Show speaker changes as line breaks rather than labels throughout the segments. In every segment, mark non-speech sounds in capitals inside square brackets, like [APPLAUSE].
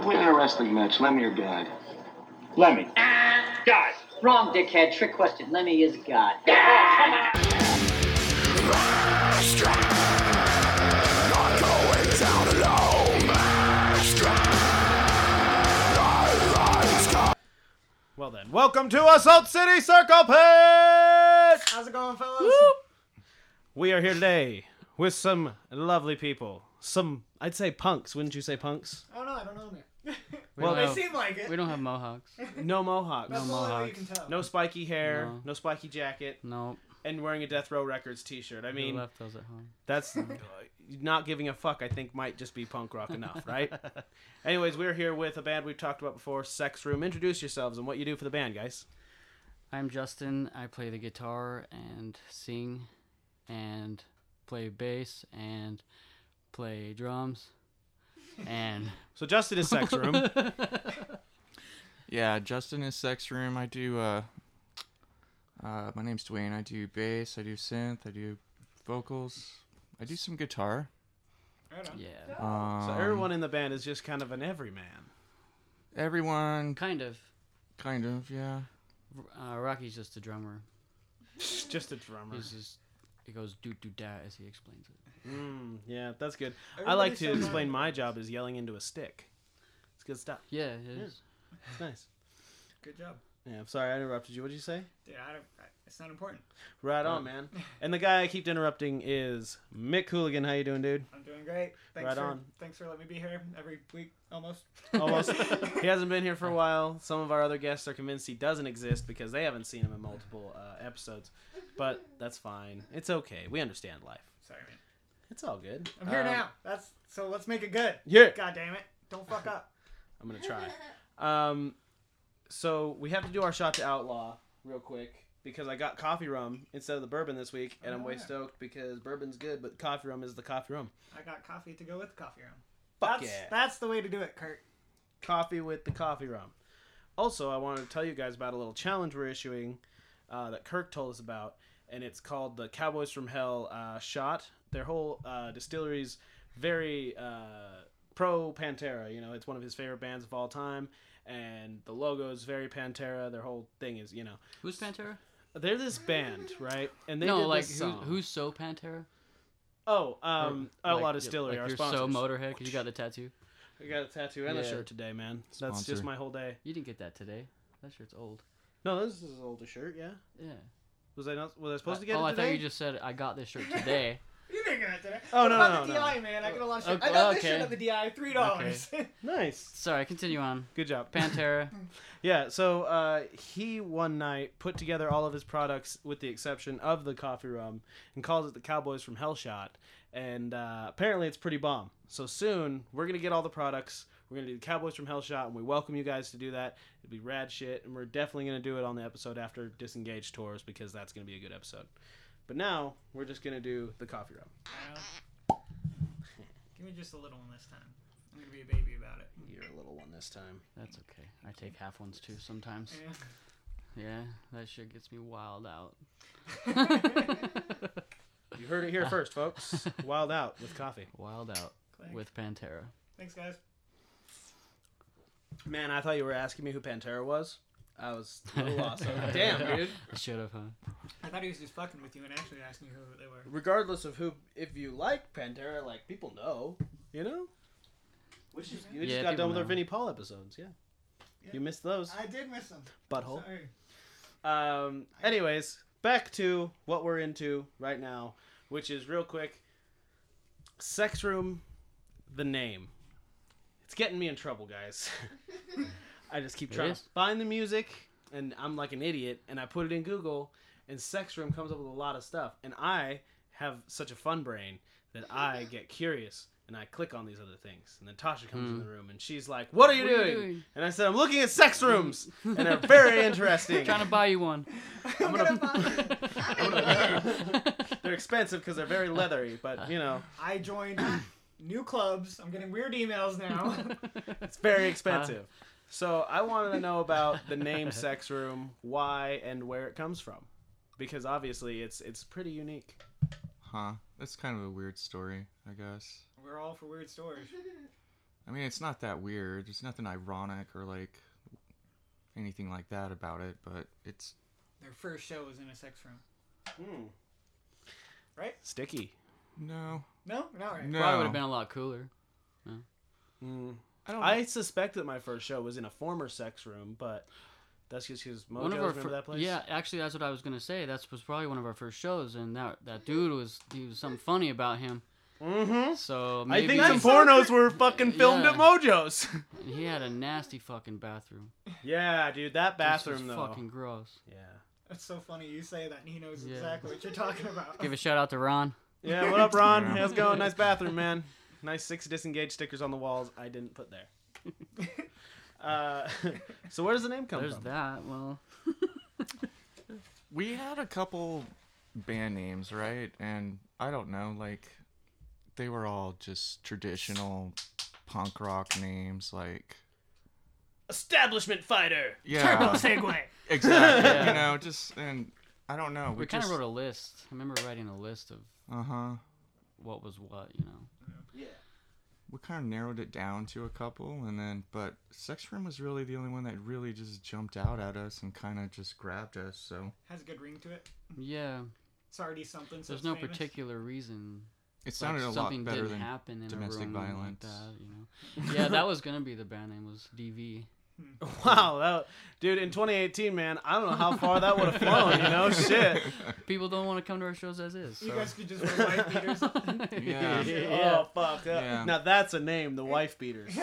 wrestling match, Lemmy or God?
Lemmy.
God.
Wrong, dickhead. Trick question. Lemmy is God.
Well then, welcome to Assault City Circle Pit.
How's it going, fellas?
We are here today with some lovely people. Some, I'd say punks. Wouldn't you say punks?
Oh no, I don't own [LAUGHS] it.
We
Well,
don't
they
have,
seem like it.
we don't
[LAUGHS]
have mohawks.
No mohawks.
That's the
No,
mo-
only way you
mohawks.
can tell.
spiky hair.
No.
no spiky jacket.
Nope.
And wearing a Death Row Records T-shirt. I
We
mean,
left those at home.
That's not giving a fuck. I think might just be punk rock [LAUGHS] enough, right? Anyways, we're here with a band we've talked about before, Sex Room. Introduce yourselves and what you do for the band, guys.
I'm Justin. I play the guitar and sing, and play bass and play
[LAUGHS]
drums, and
So Justin is Sex
[LAUGHS]
Room.
Yeah, Justin is sex room. I do. Uh, uh, my name's Dwayne. I do bass. I do synth. I do vocals. I do some guitar.
Right on.
yeah,
Um,
So everyone in the band is just kind of an everyman.
everyone,
kind of.
kind of, yeah.
Uh, Rocky's just a drummer.
Just a drummer.
He's just he goes do do da as he explains it.
Mm, yeah, that's good. I
Everybody's
like to
so nice.
explain my job is yelling into a stick. It's good stuff.
Yeah, it is.
It's nice.
Good job.
Yeah, I'm sorry I interrupted you. What did you say? Oh.
Dude, I don't, I, it's not important.
Right on, man. And the guy I keep interrupting is Mick Hooligan. How you doing, [LAUGHS] dude?
I'm doing great. Thanks
Right
for,
on.
Thanks for letting me be here every week, almost.
Almost. he hasn't been here for a while. Some of our other guests are convinced he doesn't exist because they haven't seen him in multiple uh, episodes. But that's fine. It's okay. We understand life.
Sorry, man.
It's all good.
I'm here
Um,
now. That's so. Let's make it good.
Yeah.
God damn it! Don't fuck [LAUGHS] up.
I'm gonna try. Um, so we have to do our shot to outlaw real quick because I got coffee rum instead of the bourbon this week, and I'm way
Oh, yeah.
stoked because bourbon's good, but coffee rum is the coffee rum.
I got coffee to go with the coffee room.
Fuck
that's,
yeah.
That's the way to do it, Kurt.
coffee with the coffee rum. Also, I wanted to tell you guys about a little challenge we're issuing uh, that Kirk told us about, and it's called the Cowboys from Hell uh, shot. Their whole uh, distillery's very uh, pro Pantera. You know, it's one of his favorite bands of all time, and the logo is very Pantera. Their whole thing is, you know,
Who's Pantera?
they're this band, right? And they
no,
did
like
this
who,
song.
who's so Pantera?
oh, um,
Like-
Outlaw
like-
Distillery,
like
our
you're
sponsor.
so Motorhead 'cause you got the tattoo.
I got a tattoo and a
Yeah.
shirt today, man. That's
Sponsor.
just my whole day.
You didn't get that today. That shirt's old.
No, this is his older shirt. Yeah.
Yeah.
Was I not? Was I supposed
Uh,
to get
oh,
it
I
today?
thought you just said I got this shirt
[LAUGHS]
today.
You didn't get it today.
Oh,
what
no, no,
about the
no.
DI man. I got a lot of shit.
Okay,
I got this
okay.
shit at the DI. Three dollars. [LAUGHS]
Nice.
Sorry, continue
[LAUGHS]
on.
Good job.
Pantera.
Yeah. So uh, he one night put together all of his products with the exception of the coffee rum and calls it the Cowboys from Hell Shot. And uh, apparently it's pretty bomb. So soon we're gonna get all the products. We're gonna do the Cowboys from Hell Shot, and we welcome you guys to do that. It'd be rad shit, and we're definitely gonna do it on the episode after Disengage tours because that's gonna be a good episode. But now we're just gonna do the coffee rum.
Give me just a little one this time. I'm gonna be a baby about it.
You're a little one this time.
That's okay. I take half ones too sometimes.
Yeah.
Yeah, that shit gets me wild out.
You heard it
[LAUGHS]
here first, folks. Wild out with coffee.
wild out
Click.
with Pantera.
Thanks, guys.
Man, I thought you were asking me who Pantera was. I was
[LAUGHS]
a little lost. I was like, Damn, dude.
I should have, huh?
[LAUGHS]
I thought he was just fucking with you and actually asking you who they were.
Regardless of who, if you like Pantera, like people know, you know. Which is you just
Yeah,
got done
people
with our
know.
Vinnie Paul episodes, yeah.
Yeah.
You missed those
I did miss him.
butthole.
Sorry.
Um. Anyways, back to what we're into right now, which is real quick. Sex room, the name. It's getting me in trouble, guys. [LAUGHS] I just keep
It
trying to
is.
find the music, and I'm like an idiot, and I put it in Google, and sex room comes up with a lot of stuff, and I have such a fun brain that
[LAUGHS]
I get curious. And I click on these other things, and then Tasha comes
Hmm.
in the room, and she's like, "What are you,
What are
doing?
you doing?
And I said, "I'm looking at sex rooms, and they're
[LAUGHS]
very interesting."
Trying to buy you one.
[LAUGHS] I'm gonna [LAUGHS] buy
[LAUGHS]
it.
They're expensive because they're very leathery, but you know
I joined [COUGHS] new clubs. I'm getting weird emails now. [LAUGHS]
it's very
Uh-huh.
expensive. So I wanted to know about the name Sex Room, why and where it comes from, because obviously it's it's pretty unique.
Huh. That's kind of a weird story, I guess.
We're all for weird stories.
I mean, it's not that weird. There's nothing ironic or like anything like that about it, but it's
Their first show was in a sex room.
Sticky.
no,
No, not right.
no.
Probably would have been a lot cooler. Oh.
I don't.
I suspect that my first show was in a former sex room, but that's just because Mojo remember
fir-
that place.
Yeah, actually, that's what I was gonna say. That was probably one of our first shows, and that that dude was he was something funny about him.
Mm-hmm.
So
I
maybe
think some pornos were fucking filmed at
Yeah.
Mojo's.
he had a nasty fucking bathroom.
yeah, dude, that
This was
bathroom though.
fucking gross.
Yeah.
That's so funny you say that, and he knows
Yeah.
exactly what
[LAUGHS]
you're talking about.
Give a shout out to Ron.
Yeah. What up, Ron?
Yeah.
How's it going? Nice bathroom, man. Nice six disengaged stickers on the walls. I didn't put there.
[LAUGHS]
Uh, [LAUGHS] so where does the name come
There's
from?
that. Well,
We had a couple band names, right? And I don't know, like they were all just traditional punk rock names, like
Establishment fighter.
yeah,
segue.
[LAUGHS] exactly.
Yeah.
You know, just and I don't know. We,
we, kind of wrote a list. I remember writing a list of
Uh huh.
what was what. You know.
We kind of narrowed it down to a couple, and then but Sex Room was really the only one that really just jumped out at us and kind of just grabbed us. So
Has a good ring to it.
Yeah.
It's already something. So
There's
it's
no
famous.
particular reason.
it
Like,
sounded a lot
something
better
didn't
than
happen in a
domestic
room
violence.
like that. You know. Yeah, that was gonna be the band name was DV.
[LAUGHS] Wow, that, dude, in 2018, man, I don't know how far that would have flown, you
[LAUGHS]
know? Shit.
People don't want to come to our shows as is.
You
so-
guys could just wear white [LAUGHS] beaters.
[LAUGHS] Yeah.
[LAUGHS]
Oh, fuck. that-
Yeah.
Now that's a name, the wife beaters.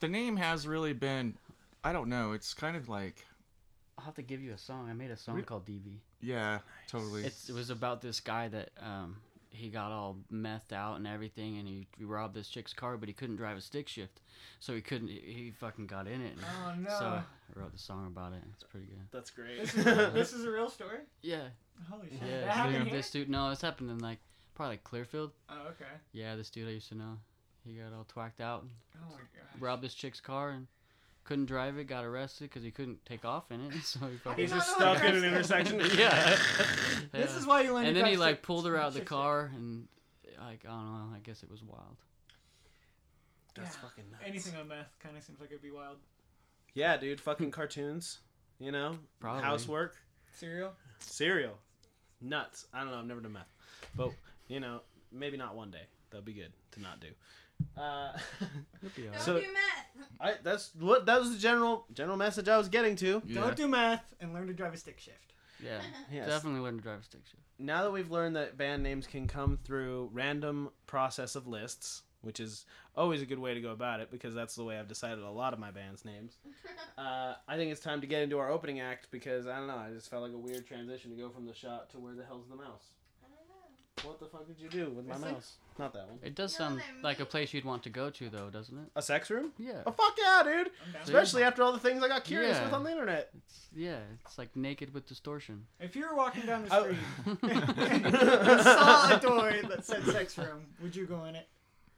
the name has really been. I don't know. It's kind of like
I'll have to give you a song. I made a song called DV.
yeah, totally.
It's, it was about this guy that um, he got all methed out and everything, and he, he robbed this chick's car, but he couldn't drive a stick shift, so he couldn't. He, he fucking got in it. and-
Oh, no.
So I wrote the song about it. It's pretty good.
That's great.
this,
[LAUGHS]
is, this is a real story.
Yeah,
Holy shit.
yeah.
that
you know,
happened here.
this dude. No, this happened in like probably like Clearfield.
Oh, okay.
Yeah, this dude I used to know. He got all twacked out,
[LAUGHS] Oh my god.
robbed this chick's car, and couldn't drive it. Got arrested because he couldn't take off in it. [LAUGHS] So he fucking.
He's just stuck in an intersection. [LAUGHS]
yeah.
This
Yeah.
is why you learn.
and
to
then he
drive
like
stick-
pulled her out of the
stick shift.
car and like I don't know. I guess it was wild.
That's
Yeah.
fucking nuts.
Anything on meth kind of seems like it'd be wild.
Yeah, dude, fucking cartoons, you know?
Probably.
Housework,
Cereal.
cereal, nuts. I don't know, I've never done math. But, you know, maybe not one day. That'd be good to not do. Uh, [LAUGHS]
Don't
So-
do meth.
I, that's what that was the general general message I was getting to.
yeah.
Don't do meth and learn to drive a stick shift.
yeah,
[LAUGHS] Yes.
definitely learn to drive a stick shift.
now that we've learned that band names can come through random process of lists, which is always a good way to go about it because that's the way I've decided a lot of my band's
[LAUGHS]
names. Uh, I think it's time to get into our opening act because I don't know, I just felt like a weird transition to go from the shot to where the hell's the mouse.
I don't know.
What the fuck did you do with my
It's like-
mouse? Not that one.
It does
No,
sound
they're
like a
mean.
place you'd want to go to though, doesn't it?
A sex room?
Yeah,
Oh fuck yeah, dude!
I'm down.
See?
Especially after all the things I got curious
Yeah.
with on the internet.
it's, yeah. It's like naked with
[LAUGHS]
distortion.
If you were walking down the
I-
street and saw a door that said sex room, would you go in it?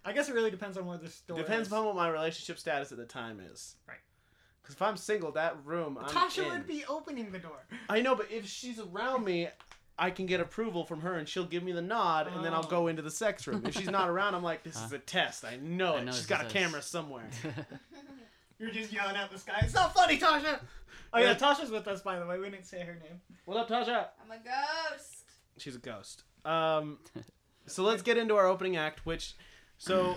I guess it really depends on where the door
Depends
is.
upon what my relationship status at the time is.
Right.
Because if I'm single, that room I'm
Tasha
in.
would be opening the door.
I know, but if she's around me, I can get approval from her, and she'll give me the nod, and then I'll
Oh.
go into the sex room. If she's
[LAUGHS]
not around, I'm like, this is a test. I know
I
it.
know
she's
it's
got a
a test."
camera
[LAUGHS]
somewhere.
You're just yelling at the sky. It's not funny, Tasha. Oh
[LAUGHS]
yeah, Tasha's with us by the way. We didn't say her name.
what up, Tasha?
I'm a ghost.
She's a ghost. Um, so let's get into our opening act, which,
[CLEARS THROAT]
so.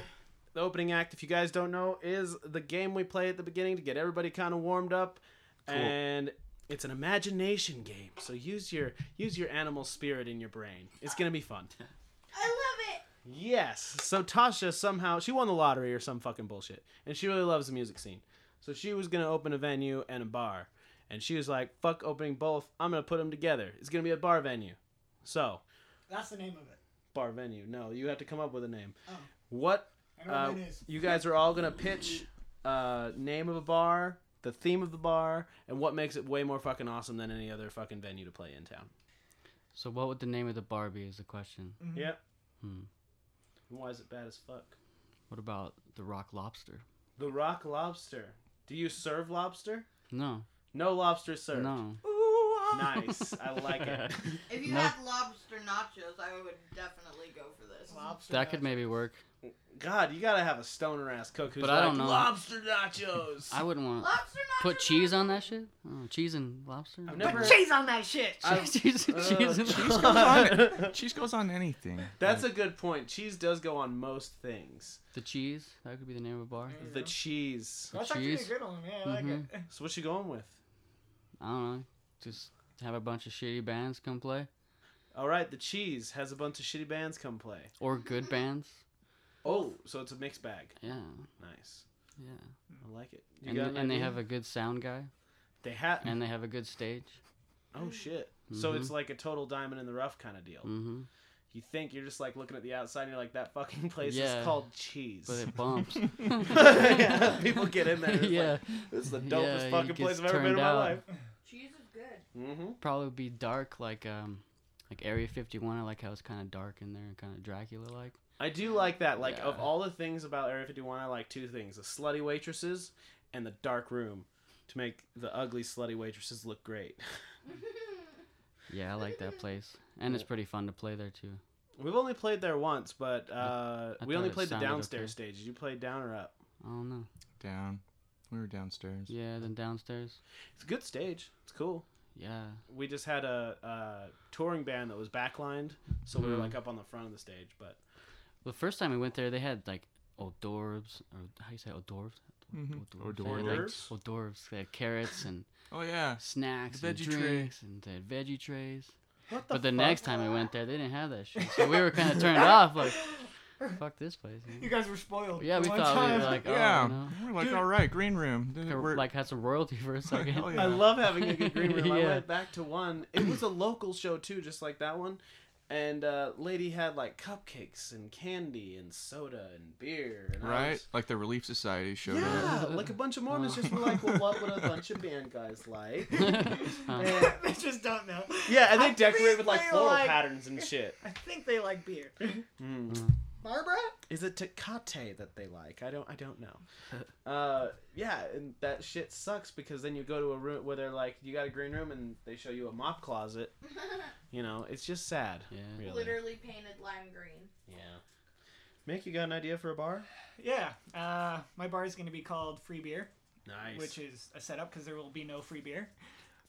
The opening act, if you guys don't know, is the game we play at the beginning to get everybody kind of warmed up,
Cool.
and it's an imagination game. So use your use your animal spirit in your brain. It's gonna be fun.
I love it.
Yes. So Tasha somehow she won the lottery or some fucking bullshit, and she really loves the music scene. So she was gonna open a venue and a bar, and she was like, "Fuck opening both. I'm gonna put them together. It's gonna be a bar venue." So
That's the name of it.
bar venue. No, you have to come up with a name.
Oh.
What?
I don't know
Uh,
what it is.
you guys are all gonna pitch uh, name of a bar, the theme of the bar, and what makes it way more fucking awesome than any other fucking venue to play in town.
So what would the name of the bar be? Is the question.
Mm-hmm.
Yep.
Hmm.
Why is it bad as fuck?
What about the Rock Lobster?
The Rock Lobster. Do you serve lobster?
No,
No lobster served.
no.
Ooh,
[LAUGHS] Nice. I like
[LAUGHS]
it.
If you
No.
had lobster nachos, I would definitely go for this.
Lobster
That could
nachos.
maybe work.
God, you gotta have a stoner ass cook who's
But
like
I don't know.
lobster nachos.
I wouldn't want to
Lobster nachos.
put cheese on that shit. Oh, cheese and lobster.
I've
[LAUGHS]
never.
Cheese on that shit.
I've-
cheese,
uh, [LAUGHS]
cheese and
cheese
cheese.
goes on it.
Cheese goes on anything.
[LAUGHS] That's a good point. Cheese does go on most things.
The cheese. That could be the name of a bar.
There you
The
go.
cheese.
That's actually a
cheese.
good one. Yeah, I like it. [LAUGHS]
So what you going with?
I don't know. Just have a bunch of shitty bands come play
All right, the cheese has a bunch of shitty bands come play.
or good bands.
Oh, so it's a mixed bag.
Yeah,
Nice.
yeah.
I like it. You
And,
got an
and they
idea?
have a good sound guy
They have.
and they have a good stage.
oh shit. So
Mhm.
it's like a total diamond in the rough kind of deal.
hmm
You think you're just like looking at the outside and you're like, that fucking [LAUGHS] place
Yeah.
is called cheese.
But it bumps.
[LAUGHS]
[LAUGHS]
Yeah, people get in there, it's like,
yeah,
this is the
Yeah,
dopest
it
fucking
gets
place I've ever been
turned
in my
out.
life.
Cheese is
[LAUGHS]
good.
Mm-hmm.
probably be dark like um like Area 51. I like how it's kind of dark in there and kind of Dracula like.
I do like that. Like of
Yeah.
all the things about Area 51, I like two things: the slutty waitresses and the dark room to make the ugly slutty waitresses look great. [LAUGHS]
Yeah, I like that place, and it's pretty fun to play there too.
We've only played there once, but uh,
I
we only
thought it
played the
sounded
downstairs stage. Did you play down or up?
I don't know.
Down. We were downstairs.
Yeah, then downstairs.
It's a good stage. It's cool.
Yeah,
We just had a, a touring band that was backlined, so we were
Mhm.
like up on the front of the stage. But
the first time we went there, they had like hors d'oeuvres or how you say hors d'oeuvres.
Mhm.
Hors
Hors
d'oeuvres. They had, like,
d'oeuvres?
hors d'oeuvres. They had carrots and
Oh yeah.
snacks
The
and
veggie tray.
drinks and they had veggie trays.
what the
But the
fuck?
next time we went there, they didn't have that shit, so we were kind of turned off. Like, fuck this place. man."
You guys were spoiled.
Yeah,
the
we
one
thought we
time.
were like, oh,
yeah.
no.
We're like, all right, green room.
Kinda,
We're, [LAUGHS]
like had some royalty for a second.
Hell Oh, yeah.
I love having a good green room. I
Yeah.
went back to one. It was a local show too, just like that one. And uh, lady had like cupcakes and candy and soda and beer. And I
right.
was-
Like the Relief Society showed up.
yeah, like a bunch of Mormons just were like, well, what would a bunch of band guys like?
Uh,
And-
[LAUGHS] they just don't know.
yeah, and they
I think
decorate with like
they
floral
like-
patterns and shit.
I think they like beer.
Mm.
Barbara?
Is it Tecate that they like? I don't. I don't know.
[LAUGHS]
Uh, yeah, and that shit sucks because then you go to a room where they're like, you got a green room, and they show you a mop
[LAUGHS]
closet. You know, it's just sad.
Yeah.
Really.
Literally painted lime green.
Yeah. Mick, you got an idea for a bar?
Yeah. Uh, my bar is going to be called Free Beer,
Nice.
which is a setup because there will be no free beer.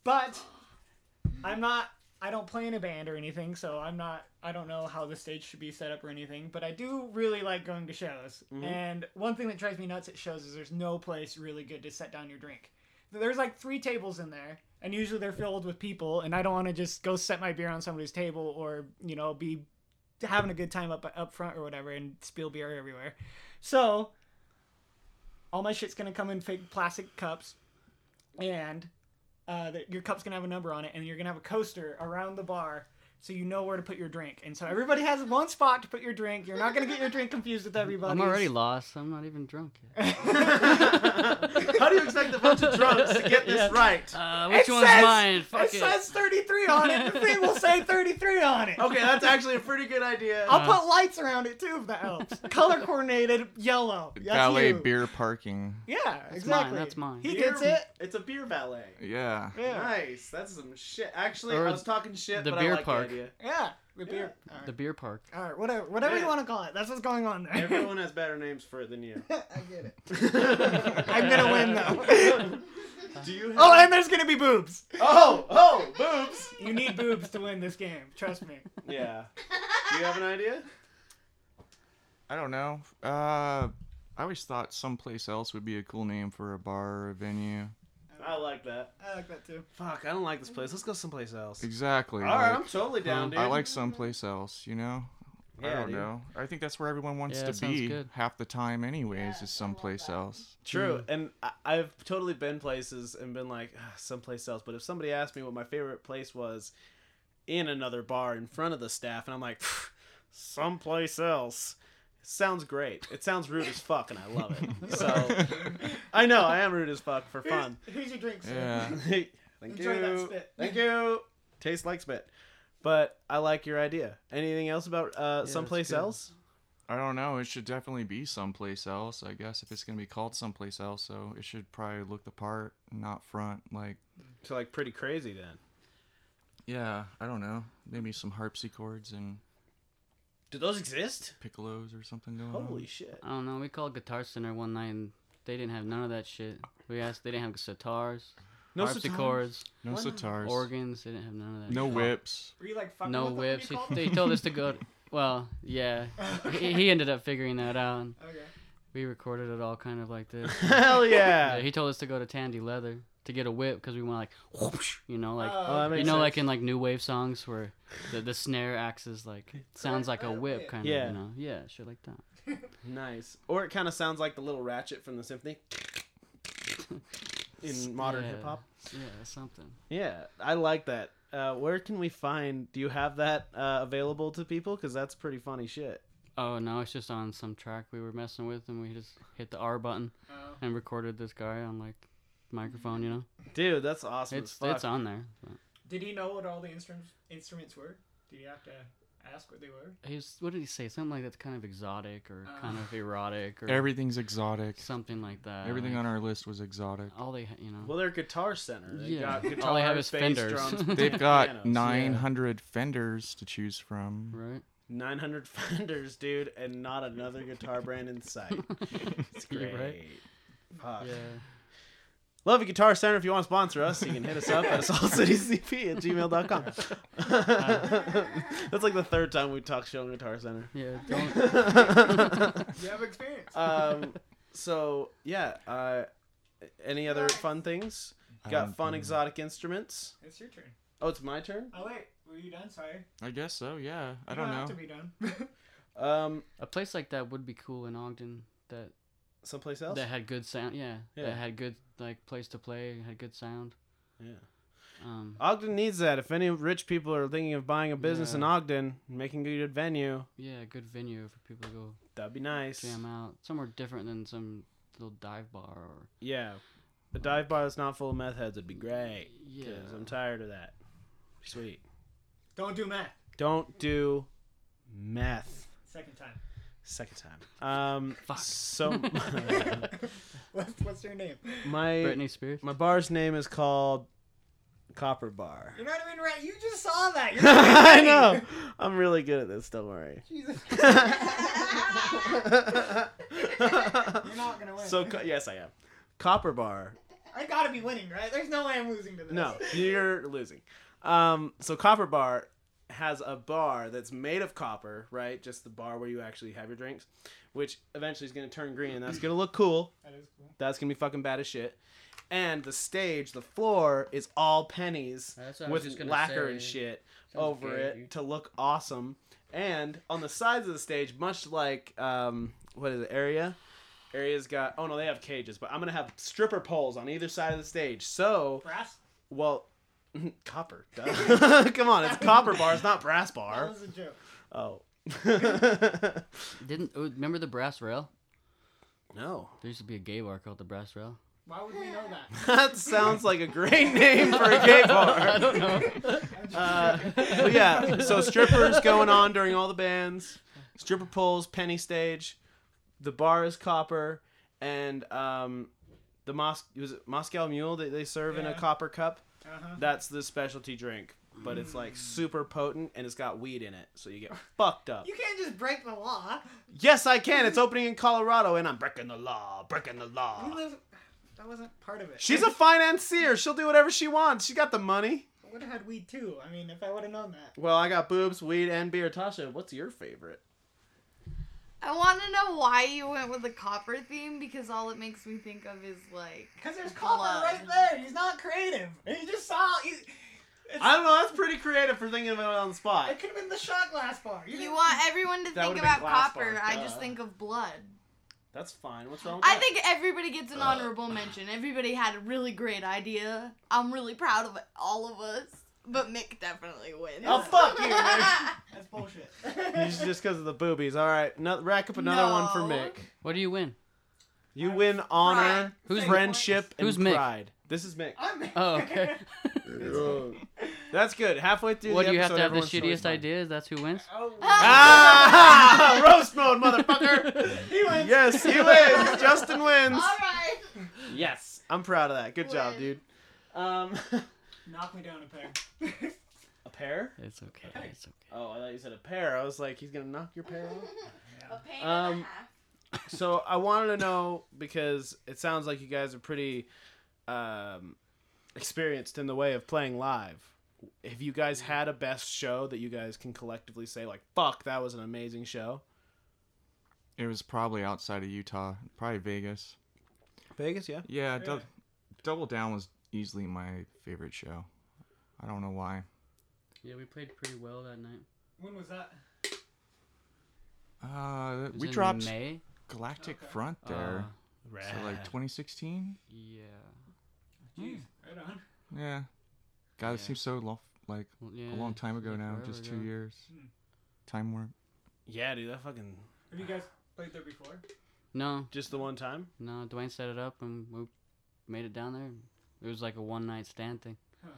But I'm not. I don't play in a band or anything, so I'm not. I don't know how the stage should be set up or anything. But I do really like going to shows. And one thing that drives me nuts at shows is there's no place really good to set down your drink. There's like three tables in there, and usually they're filled with people. And I don't want to just go set my beer on somebody's table or you know be having a good time up up front or whatever and spill beer everywhere. So all my shit's gonna come in fake plastic cups, and uh, that your cup's gonna have a number on it, and you're gonna have a coaster around the bar so you know where to put your drink. And so everybody has one spot to put your drink. You're not gonna get your drink confused with everybody.
I'm already lost. I'm not even drunk yet.
How do you expect a bunch of drunks to get this
[LAUGHS] Yeah.
right?
Uh, which
It
one's
says-
mine?
It
Fuck it.
says 33 on it.
[LAUGHS]
The thing will say 33 on it.
Okay, that's actually a pretty good idea.
Oh,
I'll
Uh-huh.
put lights around it too if that helps. Color coordinated yellow. That's
Valet
you.
beer parking.
Yeah,
mine,
exactly.
that's mine.
He
Beer-
gets it.
It's a beer valet.
Yeah.
Yeah.
Nice. That's some shit. Actually,
Or
I was talking shit,
the
but I
beer
like
park.
the
[LAUGHS]
idea.
Yeah. The beer. All right.
The beer park.
All right, whatever, whatever
Yeah.
you want to call it. That's what's going on there.
Everyone has better names for it than you.
[LAUGHS] I get it.
I'm [LAUGHS]
[LAUGHS]
[LAUGHS]
I'm gonna win though.
Do you? Have...
[LAUGHS] oh, and there's gonna be boobs.
oh, oh, boobs.
You need boobs to win this game. Trust [LAUGHS] me.
Yeah. Do you have an idea?
I don't know. Uh, I always thought someplace else would be a cool name for a bar or a venue.
I like that.
I like that too.
Fuck, I don't like this place. Let's go someplace else.
Exactly.
All right,
like-
I'm totally down, dude.
I like someplace else, you know? I
Yeah,
don't
dude.
know. I think that's where everyone wants
Yeah,
to
that sounds
be
good.
half the time, anyways,
Yeah,
is
I love
someplace
that.
else.
True, and I, I've totally been places and been like "Ah, someplace else. But if somebody asked me what my favorite place was in another bar in front of the staff, and I'm like, "Pfft, someplace else. Sounds great. It sounds rude as fuck, and I love it.
[LAUGHS]
So I know I am rude as fuck for fun.
Here's, here's your drink, sir.
yeah.
Thank
Enjoy
you.
that spit.
Thank you. Tastes like spit. But I like your idea. Anything else about uh,
that's
someplace
good.
else?
I don't know. It should definitely be someplace else, I guess, if it's going to be called someplace else. So it should probably look the part, not front. Like,
So like pretty crazy then.
Yeah, I don't know. Maybe some harpsichords and
Do those exist?
piccolos or something going on.
Holy shit!
I don't know. We called Guitar Center one night and they didn't have none of that shit. We asked, they didn't have sitars,
No
harpsichords,
No
Why not?
sitars.
organs. They didn't have none of that.
No
shit.
whips.
Were you like fucking
No
with them when
whips.
you
[LAUGHS] He,
called
they told us to go. To, well, yeah.
[LAUGHS]
He, he ended up figuring that out. and
Okay.
We recorded it all kind of like this.
[LAUGHS] Hell
Yeah,
yeah!
he told us to go to Tandy Leather to get a whip because we want like, whoosh, you know,
Uh,
like
Oh, that
you
makes
know,
sense.
like in like new wave songs where the, the snare acts as like sounds like a whip kind of,
Yeah.
you know, yeah, shit like that.
nice. Or it kind of sounds like the little ratchet from the symphony. In modern
Yeah.
hip hop.
Yeah, something.
Yeah, I like that. Uh, where can we find? Do you have that uh, available to people? Because that's pretty funny shit.
Oh no, it's just on some track we were messing with, and we just hit the R button
Oh.
and recorded this guy on like microphone, you know.
Dude, that's awesome.
It's
as fuck.
it's on there. but
Did he know what all the instruments instruments were? Did he have to ask what they were?
He's what did he say? Something like that's kind of exotic or
Uh.
kind of erotic or
Everything's exotic.
something like that.
Everything
like,
on our list
[LAUGHS]
was exotic.
all they ha- you know.
Well, they're guitar center. They
Yeah.
got
All they
guitars,
have is
bass,
Fenders. [LAUGHS]
drums,
They've
and
got
pianos.
900 fenders to choose from.
Right.
900 [LAUGHS] Fenders, dude, and not another guitar brand in
[LAUGHS]
sight. It's
You're
great.
right.
Fuck.
Yeah.
Love a Guitar Center. If you want to sponsor us, you can hit us up
[LAUGHS]
at saltcitycp at gmail.com. [LAUGHS] That's like the third time we talked show on Guitar
[LAUGHS]
Center.
Yeah. Don't.
[LAUGHS]
You have experience.
um, so, yeah. Uh, any other fun things?
I
Got
don't
fun
know.
exotic instruments.
[LAUGHS] it's your turn.
Oh, it's my turn?
Oh wait, were you done? Sorry.
I guess so, yeah. I
You
don't know.
have to be done. [LAUGHS]
Um,
A place like that would be cool in Ogden. That
someplace else?
that had good sound. Yeah,
Yeah.
That had good like place to play. Had good sound.
Yeah.
Um.
Ogden needs that. If any rich people are thinking of buying a business in
Yeah.
Ogden, making a good venue,
Yeah. Good venue for people to go
that'd be nice.
jam out. Somewhere different than some little dive bar or.
Yeah. A dive bar that's not full of meth heads would be great.
Yeah.
Because I'm tired of that. Sweet.
Don't do math.
Don't do meth.
Second
[LAUGHS]
time. [LAUGHS]
Second time. Um,
Fuck. [LAUGHS]
So
What's, what's your name?
my
Britney Spears.
my bar's name is called Copper
[LAUGHS]
Bar. [LAUGHS]
You're not even right. You just saw that. You're not even
I
ready.
know. I'm really good at this. Don't
[LAUGHS]
worry. [LAUGHS]
Jesus.
Ah!
You're
so
not gonna win.
co- yes, I am. Copper Bar
I gotta be winning, right? There's no way I'm losing to this.
No, you're losing. Um, so Copper Bar has a bar that's made of copper, right? Just the bar where you actually have your drinks, which eventually is going to turn green. That's going to look cool.
That is cool.
That's going to be fucking bad as shit. And the stage, the floor is all pennies
That's what I was
with
just gonna
lacquer
say.
and shit
Sounds
over
gay,
it
dude.
to look awesome. And on the sides of the stage, much like um, what is it, area? Area's got oh no, they have cages, but I'm gonna have stripper poles on either side of the stage. So
Brass.
well, [LAUGHS] copper. duh. [LAUGHS] Come on, it's copper bar. It's not brass
That
[LAUGHS]
bar.
was a joke.
Oh. [LAUGHS]
Didn't oh, remember the Brass Rail?
no.
There used to be a gay bar called the Brass Rail.
Why would we know that?
That sounds like a
[LAUGHS]
great name for a gay
I
bar.
don't know.
[LAUGHS]
Uh, but yeah, so strippers going on during all the bands, stripper poles, penny stage, the bar is copper, and um, the Mos- was it Moscow Mule that they serve in a
Yeah.
copper cup.
Uh-huh. Mm.
That's the specialty drink, but it's like super potent and it's got weed in it, so
[LAUGHS]
you get fucked up.
You can't just break the law.
Yes, I can. It's opening in Colorado, and I'm breaking the law, breaking the law.
You live. That wasn't part of it.
She's a financier. She'll do whatever she wants. She got the money.
I would have had weed too. I mean, if I would have known that.
Well, I got boobs, weed, and beer. Tasha, what's your favorite?
[LAUGHS] I want to know why you went with the copper theme because all it makes me think of is like.
Because there's copper
Blood.
right there. He's not creative. He just saw. He, it's,
I don't know. That's pretty creative for thinking of it on the spot.
it could have been the shot glass bar. You,
You
didn't-
want everyone to
That would've
think
been
about
glass
copper.
bar,
I
duh.
just think of blood.
That's fine. What's wrong with
I
that?
think everybody gets
Uh.
an honorable mention. Everybody had a really great idea. I'm really proud of all of us. But Mick definitely wins.
Oh, fuck you, Mick.
That's bullshit.
[LAUGHS] It's just because of the boobies. All right, no, rack up another one for
No.
Mick.
What do you win?
You win honor,
Who's-
friendship, and
Who's Mick?
pride. This is Mick.
[LAUGHS] I'm-
Oh, okay.
That's good. Halfway through
[LAUGHS] what
the
do you have
episode,
to have the
everyone's choice
shittiest
mine.
ideas? That's who [LAUGHS] wins.
[LAUGHS] Oh,
Ah! [LAUGHS] Roast mode, [LAUGHS] motherfucker.
he went.
Yes, he wins. Justin wins.
all right.
Yes, I'm proud of that. Good job,
Win.
dude. Um, [LAUGHS]
Knock me down a peg.
pear?
It's okay. It's okay.
Oh, I thought you said a pear. I was like, he's gonna knock your pear off.
[LAUGHS] A pain
Um,
and a half.
so I wanted to know because it sounds like you guys are pretty um, experienced in the way of playing live. Have you guys had a best show that you guys can collectively say like, "Fuck, that was an amazing show"?
It was probably outside of Utah, probably Vegas.
Vegas, yeah.
Yeah, dou-
Yeah.
Double Down was easily my favorite show. I don't know why.
Yeah, we played pretty well that night.
[LAUGHS] When was that?
Uh,
It was
we
in
dropped
May.
Galactic
Okay.
Front there,
Uh,
so like 2016.
yeah.
Jeez, right on.
Yeah, God, it
Yeah.
seems so long, like
Well, yeah.
a long time ago
yeah,
now.
forever
Just two
ago.
years.
Hmm.
Time warp.
Yeah, dude, that fucking
Have you guys played there before?
No,
just the one time.
No, Dwayne set it up and we made it down there. It was like a one night stand thing.
Huh.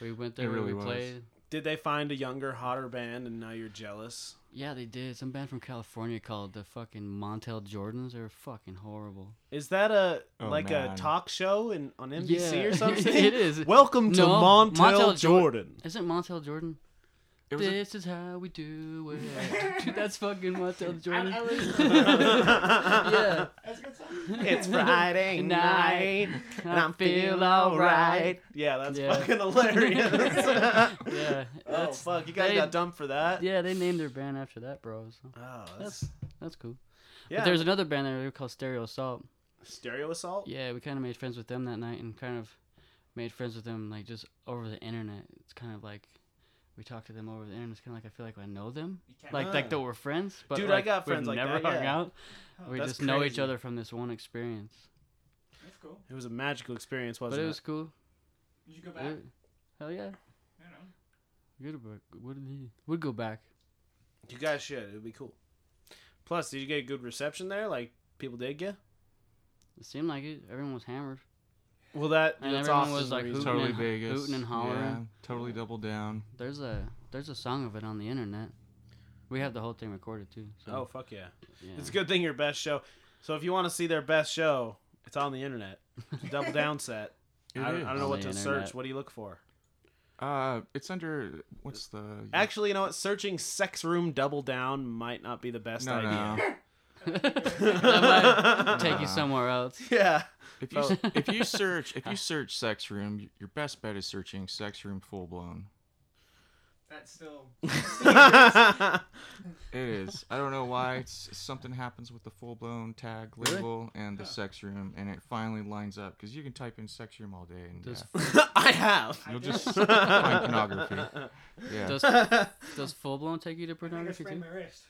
We went there,
really
we
was.
played.
Did they find a younger, hotter band, and now you're jealous?
Yeah, they did. Some band from California called the fucking Montel Jordans. They were fucking horrible.
Is that a
Oh,
like a
man.
talk show in on NBC
Yeah. [LAUGHS]
or something?
It is.
[LAUGHS] Welcome to
No,
Montel,
Montel Jor-
Jordan.
Isn't Montel Jordan?
It was a-
This is how we do it. [LAUGHS] Dude, that's fucking Montel Jordan.
I was-
[LAUGHS] yeah.
That's a good song.
[LAUGHS]
It's Friday night,
Night.
and I'm feeling alright. Yeah, that's
Yeah.
fucking
[LAUGHS]
hilarious.
Yeah.
[LAUGHS] oh
That's,
fuck, you guys
they-
got dumped for that.
yeah, they named their band after that, bro. So
Oh, that's
that's that's cool.
yeah.
But there's another band there they were called Stereo Assault.
Stereo Assault.
Yeah, we kind of made friends with them that night and kind of made friends with them like just over the internet. It's kind of like we talked to them over the internet. It's kind of like I feel like I know them,
You can't-
like
Ah.
like that we're friends. But
Dude, I
like,
got
we've
friends like
never
that,
hung
yeah.
out. we
That's
just know each
crazy.
other from this one experience.
That's cool.
It was a magical experience, wasn't
but it was cool.
Did you go back?
It- hell yeah,
I don't know.
we'd, would would go back.
You guys should. It would be cool. Plus, did you get a good reception there? Like people dig you?
It seemed like it. Everyone was hammered.
Well, that
And
that's
everyone
awesome.
was, like,
reason.
Hootin'
totally
and-
Vegas.
hootin' and hollering.
Yeah, totally Double Down.
There's a there's a song of it on the internet. We have the whole thing recorded too. So,
Oh fuck yeah.
yeah.
It's a good thing your best show. So if you want to see their best show, it's on the internet. It's a
[LAUGHS]
double down set. I,
It
I don't
is.
know
On
what
the
to
internet.
search. What do you look for?
Uh, it's under what's the
Actually, you know what? Searching sex room double down might not be the best
No,
idea.
no.
That might take you
Nah.
somewhere else.
[LAUGHS]
[LAUGHS]
Yeah. [LAUGHS]
If you if you search if you search sex room, y- your best bet is searching sex room full blown.
That's still.
It is. I don't know why. It's something happens with the full blown tag
Really?
label and the sex room, and it finally lines up because you can type in sex room all day and
Does-
yeah,
I have.
I
you'll
did. [LAUGHS]
[LAUGHS]
just find pornography. Yeah, [LAUGHS]
Does does full blown take you
I
to
think I
pornography
sprained
too?
my wrist.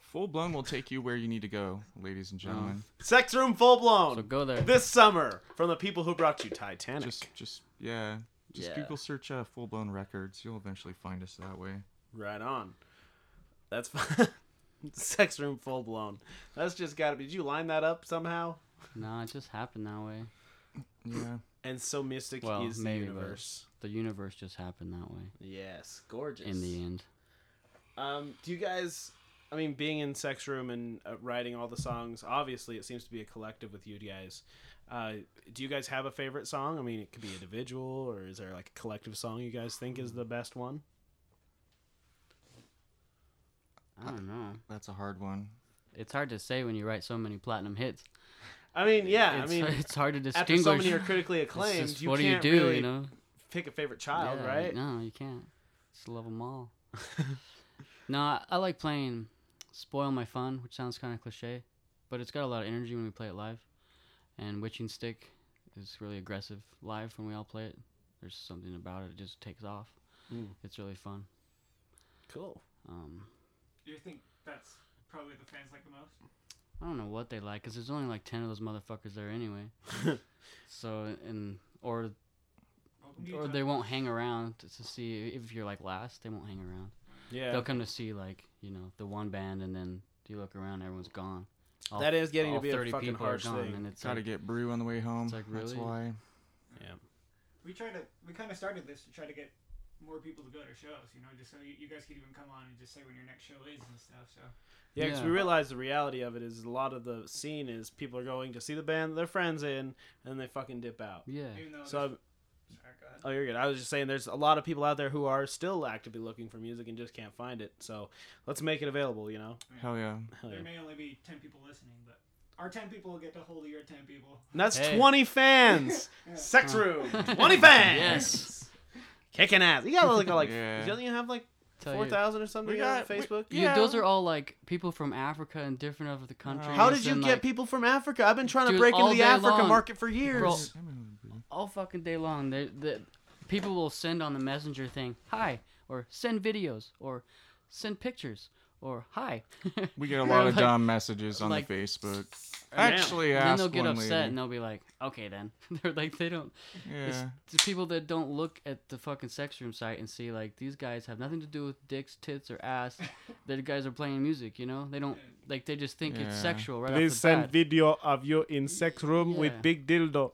full blown will take you where you need to go, ladies
Oh,
and gentlemen.
Sex room full blown.
So go there.
this summer from the people who brought you Titanic.
Just just yeah. Just
Yeah.
Google search uh, full blown records. You'll eventually find us that way.
Right on. That's fine. [LAUGHS] Sex room full blown. That's just gotta be. Did you line that up somehow?
No, it just happened that way.
Yeah.
And so mystic
Well,
is the
maybe, but-
universe.
The universe just happened that way.
Yes, gorgeous.
In the end,
Um, do you guys? I mean, being in sex room and uh, writing all the songs, obviously, it seems to be a collective with you guys. Uh, do you guys have a favorite song? I mean, it could be individual, or is there like a collective song you guys think is the best one?
I don't know.
That's a hard one.
It's hard to say when you write so many platinum hits.
I mean, yeah.
it's,
I mean,
it's hard to
after
distinguish.
so many are
[LAUGHS]
critically
It's
acclaimed,
just,
you
what do you
can't
do?
really
you know,
pick a favorite child,
Yeah,
right?
No, you can't. Just love them all. [LAUGHS] no, I, I like playing "Spoil My Fun," which sounds kind of cliche, but it's got a lot of energy when we play it live. And "Witching Stick" is really aggressive live when we all play it. There's something about it; it just takes off.
Mm.
It's really fun.
Cool.
Um,
Do you think that's probably the fans like the most?
I don't know what they like, 'cause there's only like ten of those motherfuckers
[LAUGHS]
there anyway. so and or
Welcome to
or
Utah.
they won't hang around to see if you're like last. They won't hang around.
Yeah.
They'll come to see like you know the one band, and then you look around, everyone's gone. All-
That is getting to
all
be a
30
fucking
people are
harsh
gone,
thing.
and it's
Gotta
like,
get brew on the way home.
It's like,
That's
really?
why.
We try to. We kind of started this to try to get more people to go to shows. You know, just so you, you guys could even come on and just say when your next show is and stuff. So
Yeah, because
Yeah.
we realize the reality of it is a lot of the scene is people are going to see the band that their friends in, and they fucking dip out.
yeah.
even though
So
Sorry, go ahead.
Oh, you're good. I was just saying there's a lot of people out there who are still actively looking for music and just can't find it. So let's make it available, you know?
Hell yeah.
Hell yeah.
There
And
may only be 10 people listening, but our 10 people will get to hold of your 10 people. [LAUGHS]
that's
Hey.
20
[LAUGHS]
fans.
Yeah.
Sex room. 20 fans.
Yes.
Kicking ass. You got like, like
Yeah.
don't you have like
Tell you.
4,000 or something
We
on
got- we-
Facebook?
You-
Yeah.
those are all like people from Africa and different of the countries.
How did you
and,
get
like,
people from Africa? I've been trying to
Dude,
break
all
into the
day
Africa
long.
market for years.
Bro, all fucking day long. They, the people will send on the messenger thing, hi, or send videos, or send pictures, or hi. [LAUGHS]
We get a lot of
Like-
dumb messages on
like-
the Facebook.
Yeah.
I actually
And then
asked
they'll get
one
upset
lady-
and they'll be like, okay then. [LAUGHS] They're like, they don't. It's
yeah.
the people that don't look at the fucking sex room site and see like these guys have nothing to do with dicks, tits, or
[LAUGHS]
ass. the guys are playing music, you know. They don't like. They just think it's
Yeah.
sexual right
Please
off the
send
bat.
video of you in sex room
Yeah.
with big dildo.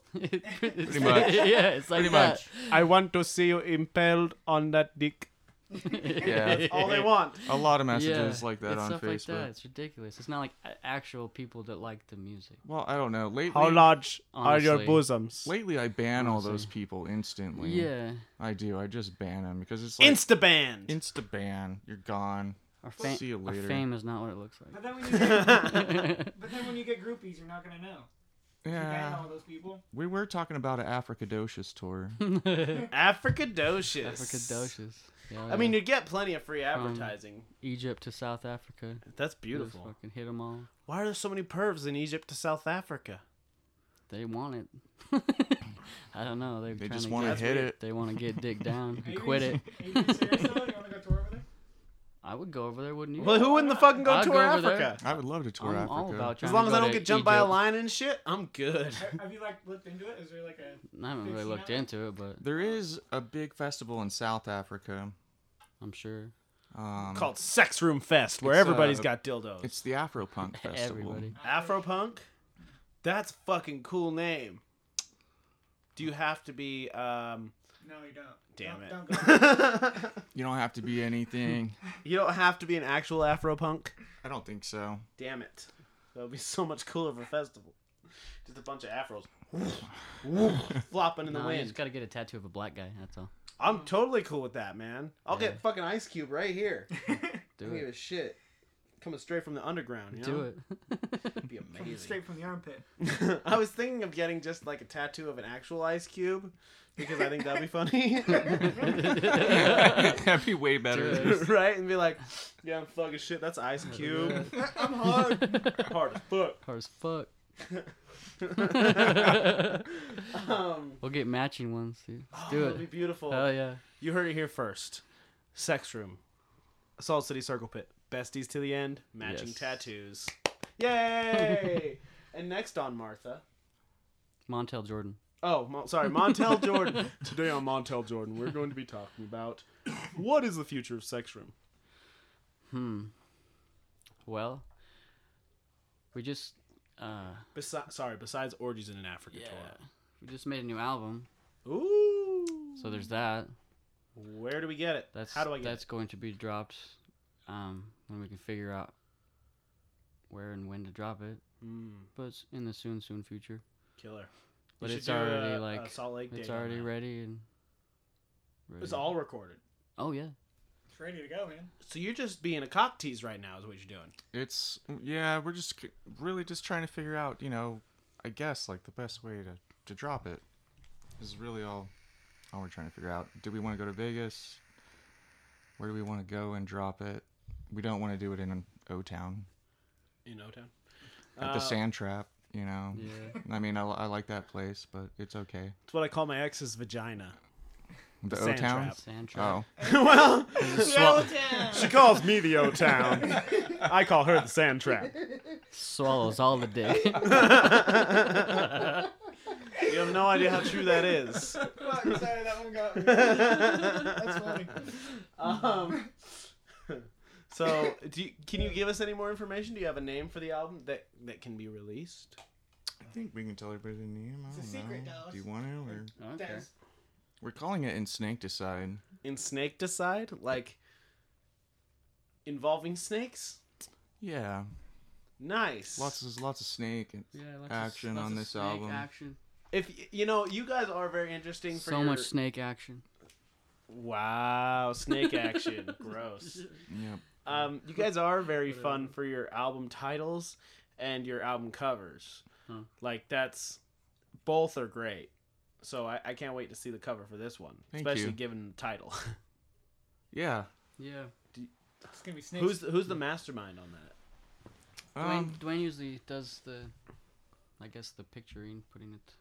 pretty [LAUGHS] [LAUGHS]
much.
yeah, it's like
Pretty
that.
I want to see you impaled on that dick.
Yeah.
It's
All
[LAUGHS]
they want.
A lot of messages
yeah,
like that
it's
on
stuff
Facebook.
Like that. It's ridiculous. It's not like a- actual people that like the music.
Well, I don't know. Lately,
How large are your
Honestly.
bosoms?
lately I ban all
Honestly.
those people instantly.
Yeah,
I do. I just ban them because it's like
Instaband.
insta ban. You're gone.
our, fa-
See you
our
later.
fame is not what it looks
But then, when you get,
like.
but then when you get groupies, you're not going to know. You ban
Yeah.
all those people.
We were talking about an Africadocious
[LAUGHS]
tour.
Africadocious.
Africadocious. Yeah,
I mean, you get plenty of free
Um,
advertising.
Egypt to South Africa.
That's
Just
beautiful.
Fucking hit 'em all.
Why are there so many pervs in Egypt to South Africa?
They want it. [LAUGHS]
[COUGHS]
I don't know. They're
They
trying
just
to
want to
get,
hit it.
They want to get dick down
Are
and
you
quit
being-
it.
Are you being serious, though? You want to go tour over there?
I would go over there, wouldn't you?
Well, who wouldn't the fucking go
I'd
tour
go over there.
Africa?
I would love to tour
I'm
Africa.
all about trying
As long
to
as
go
I don't
to
get jumped by a
Egypt.
lion and shit, I'm
[LAUGHS]
good.
Ha- Have you like looked into it? Is there like a
I haven't really
Fixing
looked
up.
into it, but
There is a big festival in South Africa.
I'm sure
Um,
Called Sex Room Fest, where
It's,
everybody's
uh,
got dildos.
It's the
[LAUGHS]
Afropunk Festival.
everybody.
Afropunk? That's a fucking cool name. Do you have to be um
no? You don't.
damn
Don't-
it.
Don't go.
You don't have to be anything.
you don't have to be an actual Afropunk?
I don't think so.
[LAUGHS]
[LAUGHS]
Damn it. That would be [LAUGHS] so much cooler of a festival. Just a bunch of
[LAUGHS]
afros flopping in the
No, you
wind.
just gotta get a tattoo of a black guy. That's all.
I'm totally cool with that, man. I'll
Yeah.
get fucking Ice Cube right here. I
Do
don't give
it.
a shit. Coming straight from the underground, you know?
Do it.
It'd be [LAUGHS]
Coming
amazing.
straight from the armpit.
[LAUGHS] I was thinking of getting just like a tattoo of an actual Ice Cube because I think that'd be
[LAUGHS]
funny. [LAUGHS]
That'd be way better.
Dude.
right? And be like, yeah, I'm fucking shit. That's Ice Cube. [LAUGHS]
I'm
[LAUGHS]
hard.
Hard as fuck.
[LAUGHS] Hard as fuck.
[LAUGHS] Um,
[LAUGHS] We'll get matching ones, dude. Let's do
It'll be
it.
beautiful.
Hell yeah.
You heard it here first. Sex room. Salt City Circle Pit. Besties to the end. Matching
Yes.
tattoos. Yay!
[LAUGHS]
and next on Martha.
Montel Jordan.
Oh, Mon- sorry,
[LAUGHS]
Montel Jordan. Today on Montel Jordan, we're going to be talking about what is the future of sex room.
Hmm. Well, we just uh
Besi- sorry, besides orgies in an Africa
yeah we just made a new album,
tour. Ooh.
so there's that.
Where do we get it?
That's
How do I get
that's
it?
going to be dropped um when we can figure out where and when to drop it,
Mm,
but it's in the soon soon future.
killer. We
But
should
it's
do a-
already
a
like
Salt Lake.
it's
date on
already
that.
ready and ready.
It's all recorded.
Oh yeah.
It's ready to go, man.
So you're just being a cock tease right now, is what you're doing.
It's yeah, we're just c- really just trying to figure out, you know, I guess like the best way to to drop it is really all all we're trying to figure out. Do we want to go to Vegas? Where do we want to go and drop it? We don't want to do it in O Town
In O Town. Uh,
at
Oh.
the Sand Trap, you know.
Yeah.
I mean, I, li- I like that place, but it's okay.
It's what I call my ex's vagina.
The O
Sand
Town.
Trap.
[LAUGHS] Sand
[LAUGHS]
trap.
Oh,
[LAUGHS] well,
Skeleton.
she calls me the O [LAUGHS] Town. I call her the Sand Trap.
Swallows all
[LAUGHS]
the dick.
You have no idea how true that [LAUGHS] is.
Fuck, sorry, that one [LAUGHS] got me. That's funny.
Um, so, do you, can you give us any more information? Do you have a name for the album that that can be released?
I think we can tell everybody the name. I
It's a
don't
secret,
know.
Dallas.
Do you want to? Or...
Okay.
Thanks.
We're calling it in Snake Decide.
In Snake Decide, like involving snakes.
Yeah,
Nice.
lots of lots of snake and
Yeah, lots of-
action
lots
on
of
this
snake
album.
Action.
If y- you know, you guys are very interesting for
so
your-
much snake action.
Wow, snake action, gross.
Yep.
Um, you guys are very fun for your album titles and your album covers.
Huh.
Like that's both are great. So I, I can't wait to see the cover for this one,
Thank
especially
you.
given the title. [LAUGHS]
Yeah.
Yeah.
It's gonna be snakes.
who's the, who's the mastermind on that?
Um,
Dwayne, Dwayne usually does the, I guess the picturing, putting it.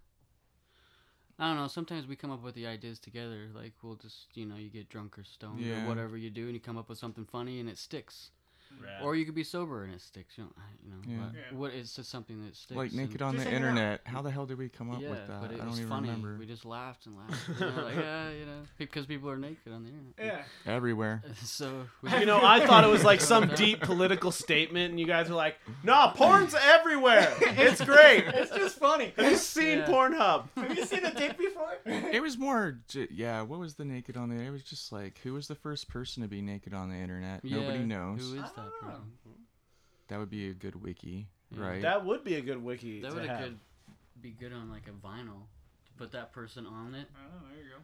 I don't know. Sometimes we come up with the ideas together. Like we'll just, you know, you get drunk or stoned
Yeah.
or whatever you do, and you come up with something funny, and it sticks.
Rad.
Or you could be sober and it sticks. You know, I- you know.
Yeah.
But
Yeah.
what it's just something that sticks.
like naked
and-
on
Just
the
hanging out.
internet. How the hell did we come up
yeah,
with that?
but it
I don't
was
even
funny.
remember.
We just laughed and laughed.
[LAUGHS]
You know, like, yeah, you know, because people are naked on the internet.
Yeah.
[LAUGHS]
Everywhere.
so we
[LAUGHS] Eh. you know, I thought it was like some deep political statement, and you guys were like, "Nah, porn's everywhere. It's great.
It's just [LAUGHS] funny.
Have you seen
Yeah.
Pornhub?"
Have you seen a dick [LAUGHS] before?
It was more, j- yeah. What was the naked on the? It was just like, who was the first person to be naked on the internet? Nobody
Yeah,
knows.
Who
I
is that
don't know.
person?
That would be a good wiki,
Yeah.
right?
That would be a good wiki.
That
to
would
have.
have could be good on like a vinyl. To put that person on it,
Oh, there you go.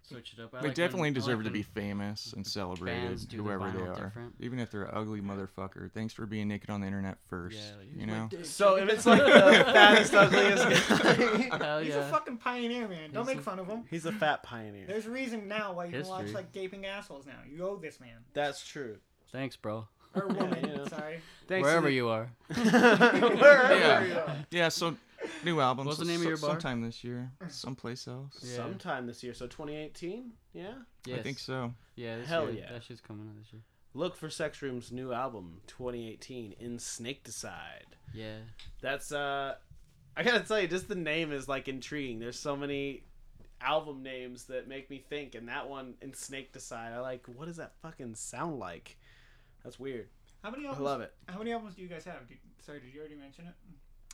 switch it up. I
they
like
definitely
when- I like
deserve to
when-
be famous and celebrated,
bands do the
whoever they
vinyl
are.
different.
Even if they're an ugly motherfucker, thanks for being naked on the internet first.
Yeah, like,
you know,
So if it's like the fattest,
[LAUGHS]
ugliest,
Hell
He's
yeah.
a fucking pioneer, man. Don't
He's
make
a-
fun of him.
he's a fat pioneer.
There's a reason now why you can watch
History.
like gaping assholes now. You owe this
[LAUGHS]
man
That's true.
Thanks, bro.
or woman.
Yeah.
Sorry.
Thanks
Wherever
to
you are.
the-
Yeah.
Wherever you are.
yeah. So, new album.
What's
so-
the name of
so-
your bar?
Sometime this year, someplace else.
Yeah.
Sometime this year, so 2018. Yeah.
Yes.
I think so.
Yeah. This
Hell
year.
yeah.
That shit's coming out this year.
Look for Sex Room's new album, 2018, in Snake Decide.
Yeah.
That's uh, I gotta tell you, just the name is like intriguing. There's so many album names that make me think, and that one in Snake Decide, I like. What does that fucking sound like? That's weird.
How many
I
albums?
love it.
How many albums do you guys have? Did, sorry, did you already mention it?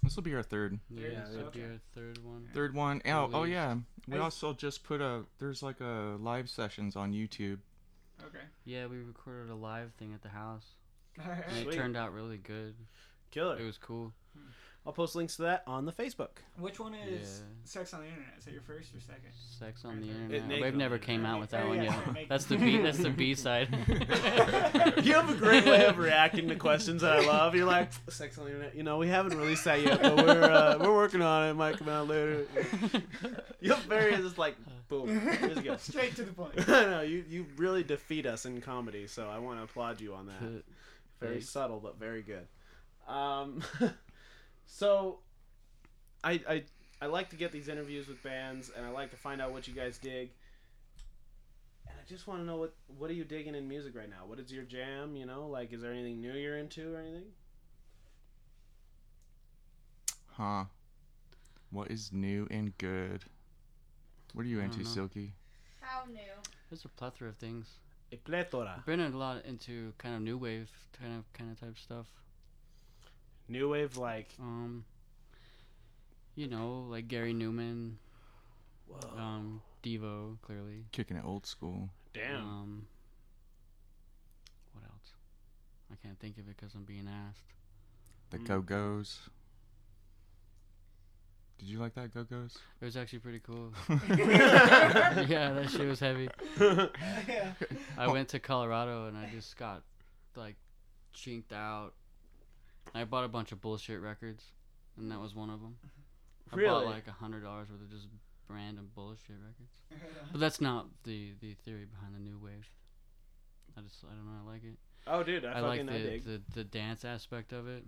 This will be our third,
Yeah.
Yeah,
that'd
okay.
be our third one.
third one. Oh, oh
Released.
yeah. We
Is-
also just put a. There's like a live sessions on YouTube.
Okay.
Yeah, we recorded a live thing at the house,
All right.
and it
Sweet.
turned out really good. It
Killer.
was cool.
I'll post links to that on the Facebook.
Which one is
Yeah.
sex on the internet? Is that your first or
[LAUGHS]
second?
Sex on the
It-
internet.
naked
We've
on
never
the
came out with that
Oh,
one
yeah,
yet.
sorry, naked.
That's the B. That's the
[LAUGHS]
B side.
You have a great way
[LAUGHS]
of reacting to questions that I love. You're like, sex on the internet. You know, we haven't released that yet, but we're uh, we're working on it. It might come out later. You have very just like boom. Just go. [LAUGHS]
Straight to the point.
I know you you really defeat us in comedy, so I want to applaud you on that. Very
Thanks.
subtle, but very good. Um, [LAUGHS] so, I I I like to get these interviews with bands, and I like to find out what you guys dig. And I just want to know what what are you digging in music right now? What is your jam? You know, like is there anything new you're into or anything?
Huh. What is new and good? What are you
I
into,
don't know.
Silky?
How new?
[LAUGHS] There's a plethora of things.
A plethora.
I've been a lot into kind of new wave kind of kind of type stuff.
New wave, like
Um, you know, like Gary Newman,
Oh. uh,
um, Devo, clearly.
Kicking it old school.
damn.
Um, what else? I can't think of it because I'm being asked.
The
Mm.
Go Go's. Did you like that Go Go's?
It was actually pretty cool. [LAUGHS]
[LAUGHS]
yeah, that shit was heavy.
yeah.
Oh.
I went to Colorado and I just got like chinked out. I bought a bunch of bullshit records, and that was one of them. I
Really?
bought like a hundred dollars worth of just random bullshit records. But that's not the the theory behind the new wave. I just I don't know I like it.
oh, dude, I,
I,
fucking
like
I
the,
dig.
the the dance aspect of it.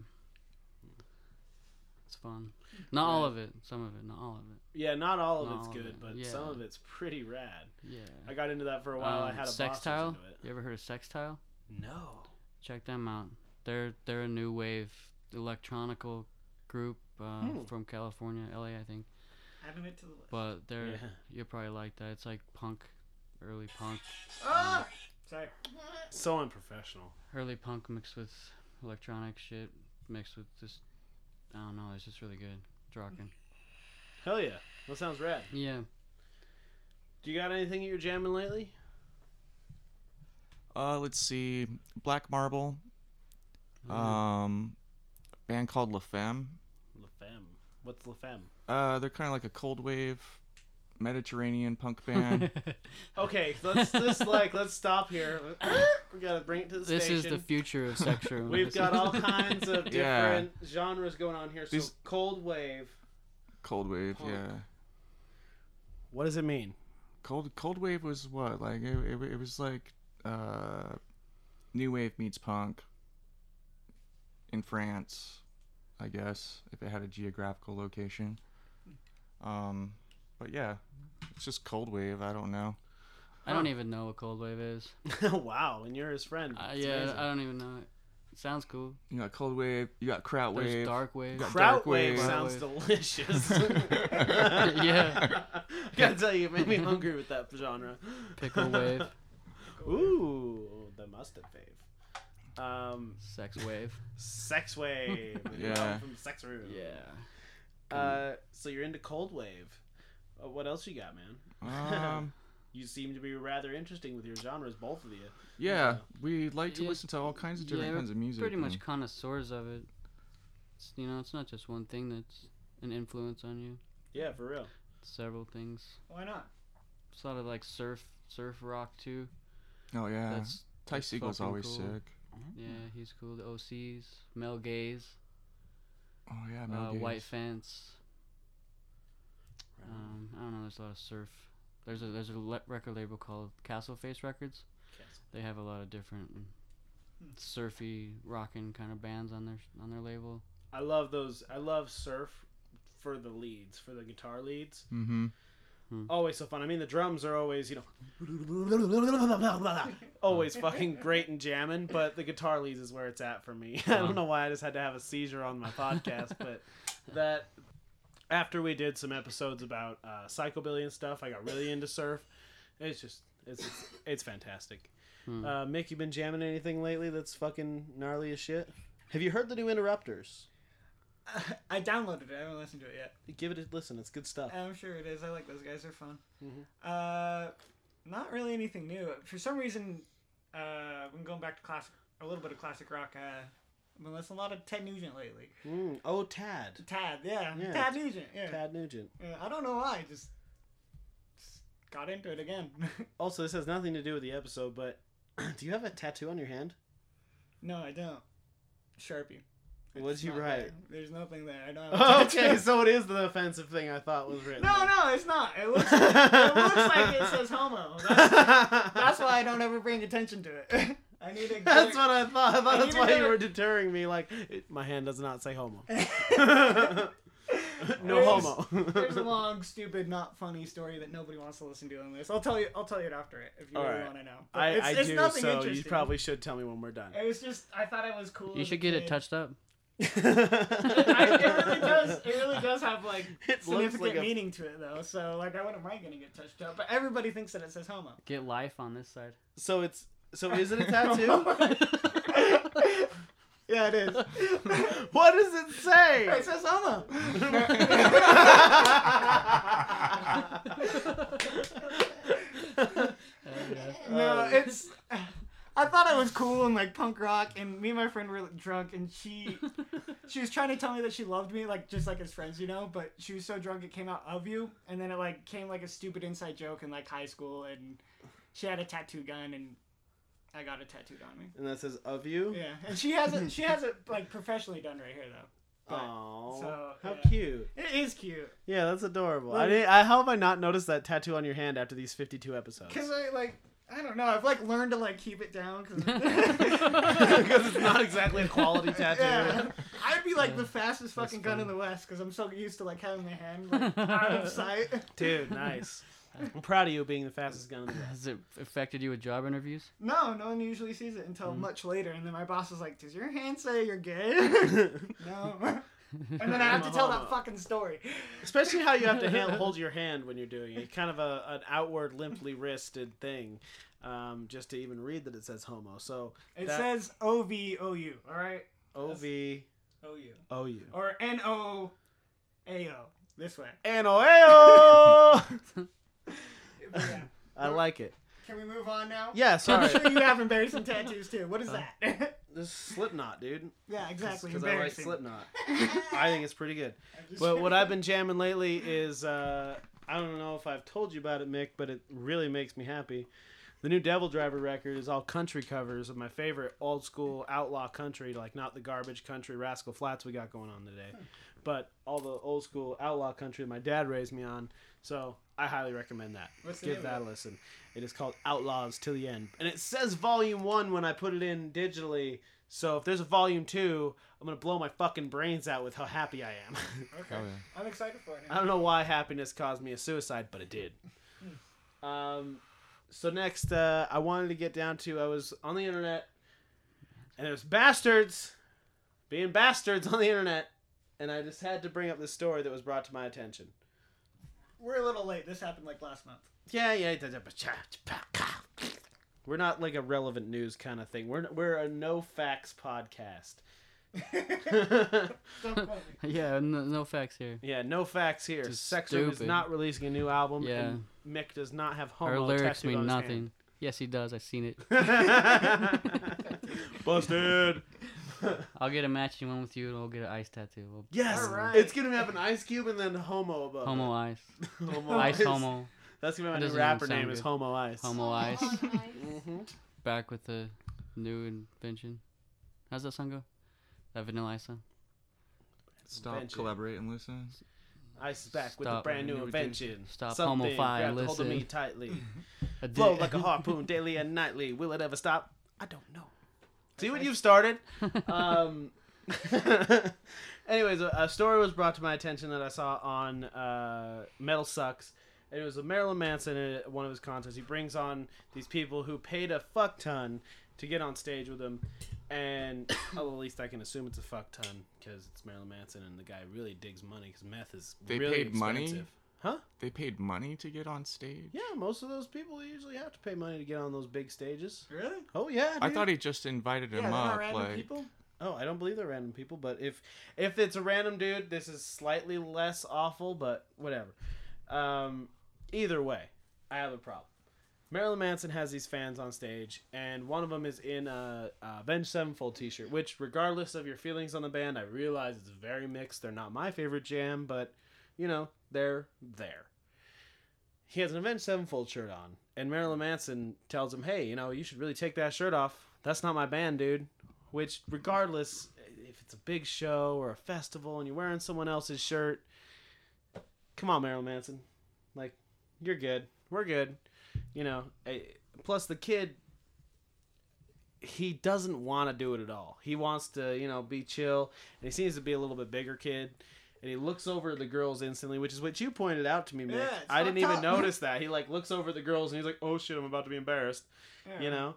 It's fun. Not all of it. Some of it. Not all of it.
yeah, not all of
Not
it's
all of
good,
it,
but
yeah.
some of it's pretty rad.
Yeah.
I got into that for a while. I
Um,
had a boss who
sextile.
was into it.
You ever heard of sextile?
No.
Check them out. They're they're a new wave electronical group uh,
Hmm.
from California, LA, I think.
Adding it to the list.
But they're
Yeah.
you'll probably like that. It's like punk, early punk,
Ah! Sorry.
So unprofessional.
early punk mixed with electronic shit, mixed with just I don't know. It's just really good. It's rocking.
Hell yeah. That sounds rad.
Yeah.
Do you got anything you're jamming lately?
[LAUGHS] Uh, let's see. Black Marble. Um, band called La Femme.
La Femme. What's La Femme?
Uh, they're kind of like a cold wave Mediterranean punk band.
Okay, let's [LAUGHS] just like let's stop here. We gotta bring it to the
This
station.
is the future of
[LAUGHS]
sex room.
We've got all kinds
[LAUGHS]
of
Yeah.
different genres going on here. So
These-
cold wave.
cold wave,
Punk.
yeah.
What does it mean?
Cold cold wave was what? Like it, it, it was like uh, new wave meets punk in France, I guess, if it had a geographical location. Um, but yeah, it's just cold wave. I don't know.
I don't even know what cold wave is.
[LAUGHS] wow, and you're his friend.
Uh,
It's
yeah,
amazing.
I don't even know it. It sounds cool.
You got cold wave. You got kraut
There's
wave.
dark wave.
got-
Kraut
Dark wave.
wave
[LAUGHS]
Kraut
sounds
wave.
delicious.
Yeah.
I gotta tell you, it made me hungry with that genre.
Pickle wave.
[LAUGHS] Ooh, the mustard wave. Um,
Sex
[LAUGHS]
wave.
sex wave.
Yeah.
Love From sex room. Uh, so you're into cold wave. Uh, what else you got, man?
[LAUGHS]
Um,
You seem to be rather interesting with your genres, both of you.
yeah,
Yeah.
we like to
Yeah.
listen to all kinds of different
Yeah,
kinds of music.
Pretty
and-
much connoisseurs of it. It's, you know, it's not just one thing that's an influence on you.
Yeah, for real.
It's several things.
Why not? [LAUGHS]
It's a lot of like surf, surf rock too.
Oh yeah,
That's
Ty
that's
Siegel's
fucking
always
cool.
sick.
yeah, he's cool. The OCs, Mel Gaze,
Oh yeah, Mel
uh,
Gates.
White Fence. Um, I don't know. There's a lot of surf. There's a there's a le- record label called Castle Face Records. They have a lot of different
Hmm.
surfy, rockin' kind of bands on their on their label.
I love those. I love surf for the leads, for the guitar leads.
Mm-hmm.
Always so fun. I mean, the drums are always, you know, always fucking great and jamming, but the guitar leads is where it's at for me. [LAUGHS] I don't know why I just had to have a seizure on my podcast, but that after we did some episodes about uh, psychobilly and stuff, I got really into surf. It's just, it's it's, it's fantastic. Uh, Mick, you been jamming anything lately that's fucking gnarly as shit? Have you heard the new Interrupters?
I downloaded it. I haven't listened to it yet.
Give it a listen. It's good stuff.
I'm sure it is. I like those guys. They're fun.
Mm-hmm.
Uh, not really anything new. For some reason, uh, when going back to classic, a little bit of classic rock, uh, I've been listening a lot of Ted Nugent lately.
Mm. Oh, Tad.
Tad, yeah,
Yeah.
Tad Nugent. Yeah.
Tad Nugent.
Yeah, I don't know why. I Just, just got into it again. [LAUGHS]
Also, this has nothing to do with the episode, but [CLEARS THROAT] do you have a tattoo on your hand?
no, I don't. Sharpie.
What'd
It's
you
not
write?
there. There's nothing there.
[LAUGHS]
I don't. Have a
okay,
tattoo.
so it is the offensive thing I thought was written. [LAUGHS]
No,
there.
no, it's not. It looks, it looks
[LAUGHS]
like it says homo. That's, that's why I don't ever bring attention to it. [LAUGHS] I need to.
That's what I thought. I thought
I
that's
need
why you
another-
were deterring me. Like, it, my hand does not say
[LAUGHS]
homo. [LAUGHS] no
There's-
[LAUGHS]
There's a
homo.
long, stupid, not funny story that nobody wants to listen to on this. I'll tell you. I'll tell you it after it if you
All
really
right.
want to know. But
I,
it's,
I
it's
do,
nothing
so you
interesting.
probably should tell me when we're
[LAUGHS]
done.
It was just. I thought I was cool.
You
as a
should get it
kid.
touched up.
I, it really does. It really does have like
[LAUGHS] It looks
significant
like a-
meaning to it though. So like, I wouldn't mind getting it touched up. But everybody thinks that it says homo.
Get life on this side.
[LAUGHS]
[LAUGHS]
So it's so is
[LAUGHS]
it a tattoo?
yeah, it is.
[LAUGHS] what does it say?
[LAUGHS] it says homo.
[LAUGHS]
[LAUGHS] No, it's. I thought I was cool and like punk rock, and me and my friend were like, drunk, and she, she was trying to tell me that she loved me, like just like as friends, you know. But she was so drunk it came out of you, and then it like came like a stupid inside joke in like high school, and she had a tattoo gun, and I got it tattooed on me.
and that says of you.
Yeah, and she has it. She has it like professionally done right here though. But-
Aww,
so,
how
yeah.
cute.
It is cute.
Yeah, that's adorable. I
Like-
didn't. I, how have I not noticed that tattoo on your hand after these fifty-two episodes?
Cause I like I don't know. I've like learned to like keep it down. [LAUGHS]
[LAUGHS]
Cause
Because it's [LAUGHS] not exactly a quality tattoo.
[LAUGHS] Yeah. I'd be like the fastest fucking gun
funny.
in the west because I'm so used to like having my hand like, out of sight.
[LAUGHS] Dude, nice. I'm proud of you being the fastest gun in the world.
Has it affected you with job interviews? [LAUGHS]
No, no one usually sees it until much later, and then my boss is like, "Does your hand say you're [LAUGHS] gay?" no. And then I have to tell [LAUGHS] that fucking story.
Especially how you have to hand, hold your hand when you're doing it. Kind of a, an outward, limply wristed thing, um, just to even read that it says homo. So
It
that-
says O V O U. All right.
O V
O U.
O U.
Or N O A O. This [LAUGHS] way.
E Anoeo!
Yeah.
[LAUGHS] I like it.
Can we move on now?
Yeah, sorry. [LAUGHS]
Uh, I'm sure you have embarrassing tattoos too. What is that? [LAUGHS]
this is Slipknot, dude.
Yeah, exactly.
Because I like
Embarrassing.
Slipknot. I think it's pretty good. But what I've been jamming lately is uh, I don't know if I've told you about it, Mick, but it really makes me happy. The new Devil Driver record is all country covers of my favorite old school outlaw country, like not the garbage country Rascal Flats we got going on today, but all the old school outlaw country my dad raised me on. So I highly recommend that.
What's the
Give
name of
that a listen. It is called Outlaws Till the End, and it says Volume One when I put it in digitally. So if there's a Volume Two, I'm gonna blow my fucking brains out with how happy I am.
Okay.
Hell yeah.
I'm excited for it.
I
Now.
don't know why happiness caused me a suicide, but it did. Um, so next, uh, I wanted to get down to I was on the internet, and there's bastards being bastards on the internet, and I just had to bring up this story that was brought to my attention.
We're a little late. This happened like last month.
Yeah, yeah. da- da- ba- cha- cha- ka. We're not like a relevant news kind of thing. We're we're a no facts [LAUGHS] podcast.
Don't quote me.
yeah, no, no facts here.
yeah, no facts here.
Just
Sexer is
stupid.
not releasing a new album, and Mick does not have homo
Our lyrics
tattooed on
mean
his hand.
nothing. Yes, he does. I've seen it.
Busted.
I'll get a matching one with you, and I'll get an ice tattoo. We'll
Yes,
Alright.
it's gonna have an ice cube and then homo above.
homo ice,
it. [LAUGHS] homo
ice homo,
That's gonna
That
be my new
doesn't
rapper
even sound
name is
good.
Homo Ice.
homo ice.
Mm-hmm.
Back with the new invention. How's that song go? That Vanilla Ice song.
Stop,
Bench it.
collaborate, and listen.
Ice is back with a
Stop.
brand new
New addition.
invention.
Stop
Something
homophile,
grabbed hold of me
listen.
tightly.
I
Flow
did-
like [LAUGHS] a harpoon daily and nightly. Will it ever stop? I don't know. See what you've started. [LAUGHS] um, anyways, a, a story was brought to my attention that I saw on uh, Metal Sucks. It was a Marilyn Manson at one of his concerts. He brings on these people who paid a fuck ton to get on stage with him, and [COUGHS] oh, well, at least I can assume it's a fuck ton because it's Marilyn Manson and the guy really digs money because meth is
They
really
paid money?
expensive. huh?
They paid money to get on stage.
Yeah, most of those people usually have to pay money to get on those big stages.
[LAUGHS] Really?
Oh yeah,
I
dude.
thought he just invited
Yeah,
him
they're not
up.
random
Like,
people.
Oh, I don't believe they're random people, but if if it's a random dude, this is slightly less awful, but whatever. Um, either way, I have a problem. Marilyn Manson has these fans on stage, and one of them is in a, a Avenged Sevenfold T-shirt. Which, regardless of your feelings on the band, I realize it's very mixed. They're not my favorite jam, but you know they're there. He has an Avenged Sevenfold shirt on, and Marilyn Manson tells him, "Hey, you know, you should really take that shirt off. That's not my band, dude." which regardless if it's a big show or a festival and you're wearing someone else's shirt come on marilyn manson like you're good we're good you know eh, plus the kid he doesn't want to do it at all he wants to you know be chill and he seems to be a little bit bigger kid and he looks over at the girls instantly which is what you pointed out to me Mick.
Yeah, it's
i didn't even
fucked up.
notice that he like looks over at the girls and he's like oh shit i'm about to be embarrassed
Yeah.
you know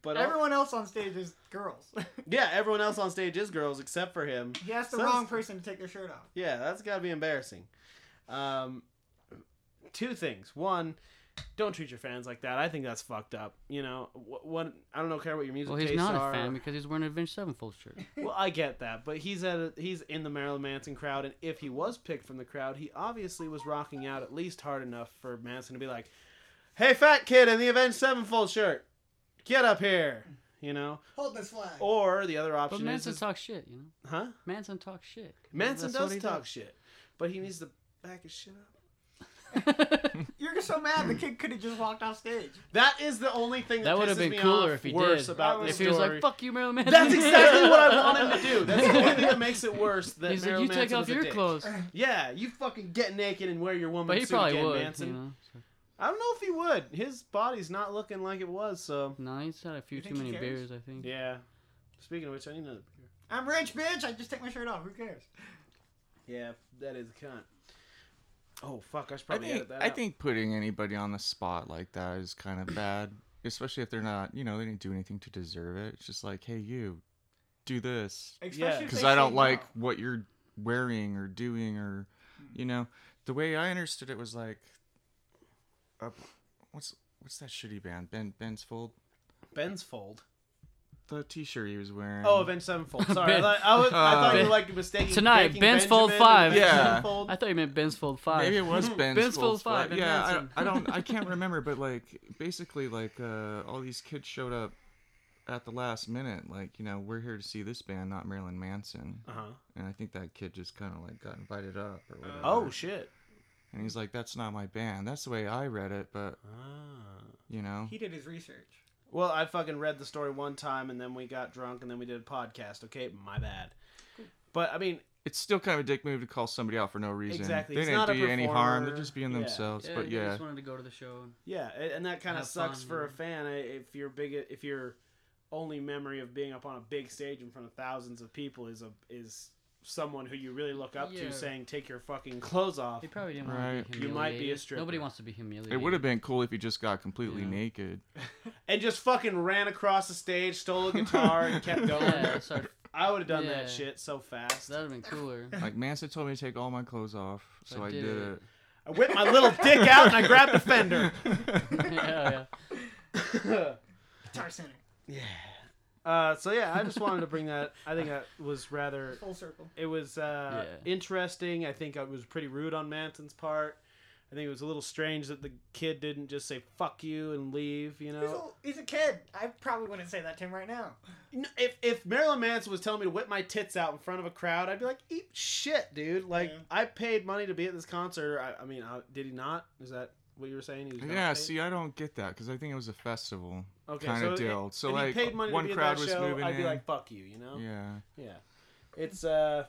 but
Everyone else on stage is girls. [LAUGHS]
yeah, everyone else on stage is girls except for him.
he asked the
Sounds-
wrong person to take their shirt off.
Yeah, that's got to be embarrassing. Um, two things. One, don't treat your fans like that. I think that's fucked up. You know, wh- one, I don't know, care what your music
well, he's
tastes
not
are.
a fan because he's wearing an Avenged Sevenfold
[LAUGHS]
shirt.
well, I get that, but he's at a, he's in the Marilyn Manson crowd, and if he was picked from the crowd, he obviously was rocking out at least hard enough for Manson to be like, "Hey, fat kid in the Avenged Sevenfold shirt, get up here," you know.
Hold this flag.
Or the other
But
option is,
Manson
is-
talks shit, you know.
huh?
Manson talks shit.
Manson
That's what
does
he
talk shit, but he needs to back his shit up.
[LAUGHS]
You're so
[CLEARS THROAT]
mad the kid could have just walked off stage.
That is the only thing that,
That
would
would've
have
been cooler if he
worse
did.
About
That
this
if he was
story.
like, "Fuck you, Marilyn
[LAUGHS]
Manson,"
That's exactly what I want
[LAUGHS]
him to do. That's the only thing that makes it worse. That
He's like,
Marilyn
"You take
Manson
off
was a
your
dick." [LAUGHS]
clothes,"
Yeah, you fucking get naked and wear your woman
but he
suit
probably
again,
would.
Manson.
You know? so-
I don't know if he would. His body's not looking like it was. So
No, he's had a few
You
too
think he
many
cares?
beers, I think.
yeah. Speaking of which, I need another beer.
I'm rich, bitch. I just take my shirt off. Who cares?
Yeah, that is a cunt. Oh fuck! I should
I
probably
think
edit that.
I
out.
think putting anybody on the spot like that is kind of bad, especially if they're not, you know, they didn't do anything to deserve it. It's just like, hey, you, do this
Especially
If
because I don't like what you're wearing or doing or, you
Mm.
know, the way I understood it was like, uh, what's what's that shitty band? Ben Ben's Fold.
Ben's fold.
The T-shirt he was wearing.
Oh, Avenged Sevenfold. Sorry,
[LAUGHS] Ben-
I, thought- I, was, I thought you
Ben-
were like mistaking
Tonight,
Breaking
Ben's Fold
Benjamin and
Five.
Avenged
Yeah.
Sevenfold.
I thought you meant Ben's Fold Five.
Maybe
[LAUGHS]
it was Ben's,
Ben's
Fool's
Fool's Five
Flag.
and
Yeah, I
Benson. [LAUGHS]
don't, I don't, I can't remember, but like basically, like uh, all these kids showed up at the last minute, like you know, we're here to see this band, not Marilyn Manson.
Uh huh.
And I think that kid just kind of like got invited up or whatever.
Oh shit.
and he's like, "That's not my band." That's the way I read it, but
Ah.
you know,
He did his research.
Well, I fucking read the story one time, and then we got drunk, and then we did a podcast. Okay, my bad. But I mean,
it's still kind of a dick move to call somebody out for no reason.
Exactly.
They
It's
didn't
not a
do you any harm. They're
performer.
just being
Yeah.
themselves.
Yeah,
But
they
yeah,
just wanted to go to the show. and-
yeah, a- and that kind of
Have
sucks
fun,
for a
yeah.
fan I- if your big if your only memory of being up on a big stage in front of thousands of people is a is someone who you really look up
Yeah.
to saying take your fucking clothes off.
They probably didn't want
Right.
to be humiliated.
You might be a
Nobody
stripper.
wants to be humiliated.
it would have been cool if he just got completely
Yeah.
naked.
and just fucking ran across the stage,
[LAUGHS]
stole a guitar, and kept going.
Yeah, that's [LAUGHS] our-
I would have done
Yeah.
that shit so fast.
that'd have been cooler.
Like Manson told me to take all my clothes off, so, I, did, it.
I whipped my little dick out and I grabbed a
[LAUGHS]
fender. [LAUGHS]
yeah,
Guitar Center,
Uh, so yeah, I just wanted to bring that. I think that was rather.
full circle.
It was uh,
Yeah.
interesting. I think it was pretty rude on Manson's part. I think it was a little strange that the kid didn't just say "fuck you" and leave. You
He's a,
know,
he's a kid. I probably wouldn't say that to him right now.
You know, if if Marilyn Manson was telling me to whip my tits out in front of a crowd, I'd be like, "Eat shit, dude!" Like
Yeah.
I paid money to be at this concert. I, I mean, I, did he not? Is that what you were saying? He was not
Yeah,
paid?
see, I don't get that because I think it was a festival
okay,
kind
so
of
it-
deal. so
if
like
he paid money
one
to be
crowd
at that
was
show,
moving
I'd be
in.
like, "Fuck you," you know?
yeah,
Yeah. It's uh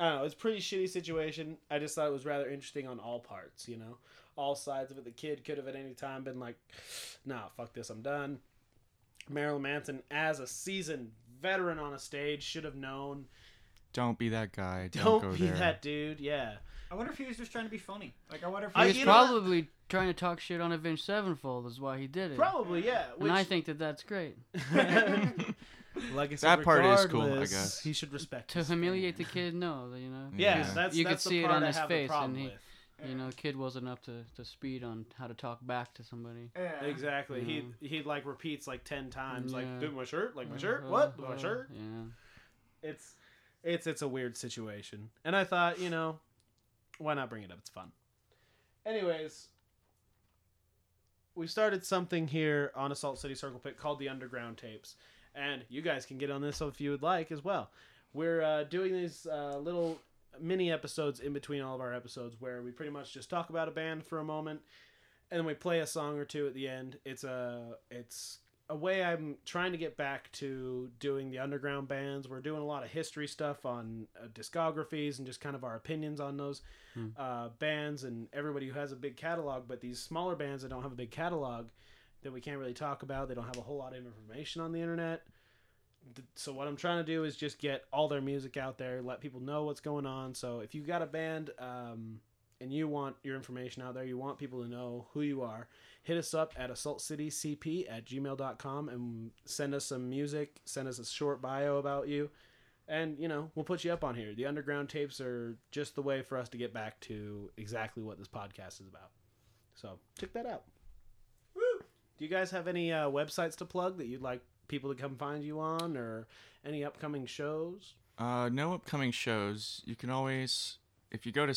I don't know, it's a pretty shitty situation. I just thought it was rather interesting on all parts, you know. All sides of it. The kid could have at any time been like, nah, fuck this, I'm done. Marilyn Manson as a seasoned veteran on a stage should have known.
don't be that guy. Don't,
Don't,
go
be
there.
that dude, yeah.
I wonder if he was just trying to be funny. Like I wonder if
I-
he was
you know what?
probably trying to talk shit on Avenged Sevenfold. Is why he did it.
Probably, yeah. Which,
And I think that that's great.
[LAUGHS] like I
That part is cool, I
regardless,
guess.
He should respect
To
his
humiliate the
fans.
kid, no, you know.
Yeah,
Yeah.
that's
You
that's the
could see it
part
on
I
his
have
face,
a problem
and he-
with.
You know, kid wasn't up to, to speed on how to talk back to somebody.
Yeah.
Exactly.
Yeah.
He he like repeats like ten times, like
Yeah.
do my shirt, like my
Uh,
shirt,
uh,
what? Do
uh,
my shirt.
Yeah.
It's it's it's a weird situation. And I thought, you know, why not bring it up? It's fun. Anyways, we started something here on Assault City Circle Pit called the Underground Tapes, and you guys can get on this if you would like as well. We're uh, doing these uh, little mini episodes in between all of our episodes where we pretty much just talk about a band for a moment, and then we play a song or two at the end. It's a it's a way I'm trying to get back to doing the underground bands. We're doing a lot of history stuff on uh, discographies and just kind of our opinions on those
Hmm.
uh, bands and everybody who has a big catalog. But these smaller bands that don't have a big catalog that we can't really talk about, they don't have a whole lot of information on the internet. Th- So what I'm trying to do is just get all their music out there, let people know what's going on. So if you've got a band um, and you want your information out there, you want people to know who you are, hit us up at assaultcitycp at gmail.com and send us some music send us a short bio about you and you know we'll put you up on here the underground tapes are just the way for us to get back to exactly what this podcast is about so check that out do you guys have any uh, websites to plug that you'd like people to come find you on or any upcoming shows
Uh, no upcoming shows. You can always, if you go to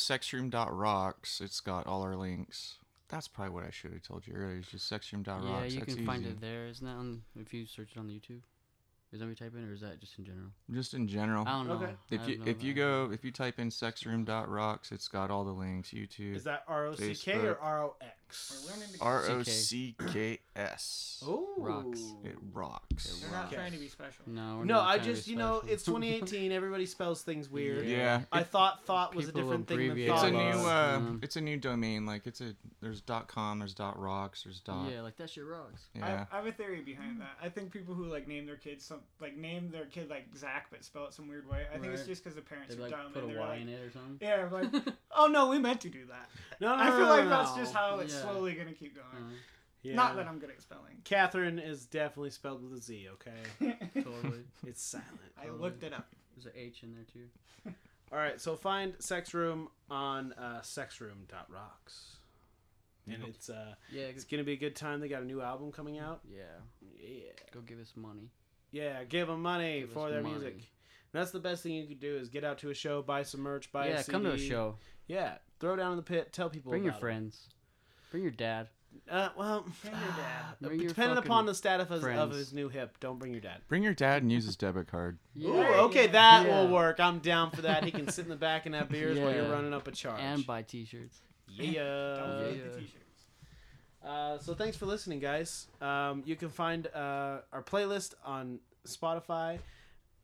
sexroom.rocks, it's got all our links. That's probably what I should have told you earlier. It's just sexroom.rocks.
Yeah, you
That's
can find
easy.
it there. Isn't that on, if you search it on YouTube? Is that what you type in, or is that just in general?
Just in general.
I don't know.
Okay.
I
If you
don't know
if you
that.
go if you type in sexroom.rocks, it's got all the links.
is
YouTube.
that r-o-c-k or
Facebook.
r-o-x
We're learning to-
R O C K S.
oh
Rocks.
It rocks.
They're not
Okay.
trying to be special.
Oh, No, we're
no
not
i
trying to be
just you know
special. [LAUGHS]
it's 2018 everybody spells things weird
Yeah.
Yeah.
I
It-
thought thought was a
people
different thing than
abbreviate
thought.
it's a
Yeah.
new
was.
uh,
Um,
it's a new domain. Like it's a there's dot com, there's dot rocks, there's dot.
yeah, like that shit rocks.
Yeah.
I, I have a theory behind that. I think people who like name their kids some like name their kid like Zach but spell it some weird way. I think it's
Right.
just because the parents
They
are
like
dumb
put a
and they're
Y
like,
in it
[LAUGHS]
or something.
yeah, I'm like oh no, we meant to do that.
No, no,
I feel
no,
like
no,
that's
no.
just how it's
Yeah.
slowly gonna keep going.
Uh,
Oh, Mm, Yeah.
Not that I'm good at spelling. [LAUGHS]
Catherine is definitely spelled with a Z. Okay,
totally.
it's silent.
I looked it up.
There's an H in there too.
All right, so find Sex Room on uh, sexroom.rocks. And it's uh,
Yeah.
it's gonna be a good time. They got a new album coming out.
Yeah.
Yeah,
Go give us money.
yeah. Give them money
Give us
for their
money.
music. And that's the best thing you could do is get out to a show, buy some merch, buy
yeah,
a CD.
come to a show.
Yeah, throw down in the pit, tell people.
Bring your
about it.
friends. Bring your dad.
Uh, well, [SIGHS]
Bring your dad.
Bring your
depending
fucking
upon the status of, of
friends.
his new hip, don't bring your dad.
Bring your dad and use his debit card.
Yeah.
Ooh, okay, that
Yeah.
will work. I'm down for that. He can sit in the back and have beers while you're
Yeah.
running up a charge.
And buy t-shirts.
Don't
uh, yeah.
forget the
yeah.
t-shirts.
Uh, so thanks for listening, guys. Um, you can find uh, our playlist on Spotify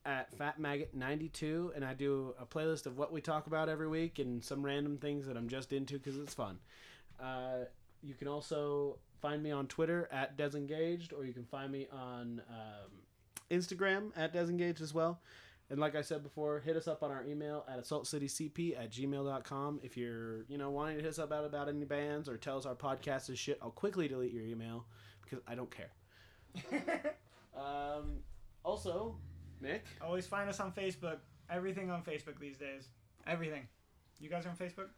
at Fat Maggot 92, and I do a playlist of what we talk about every week and some random things that I'm just into because it's fun. Uh, you can also find me on Twitter at Desengaged, or you can find me on um, Instagram at Desengaged as well. And like I said before, hit us up on our email at assaultcitycp at gmail.com. If you're, you know, wanting to hit us up about, about any bands or tell us our podcast is shit, I'll quickly delete your email because I don't
[LAUGHS]
care. um, also, Nick,
Always find us on Facebook. Everything on Facebook these days. Everything. You guys are on Facebook?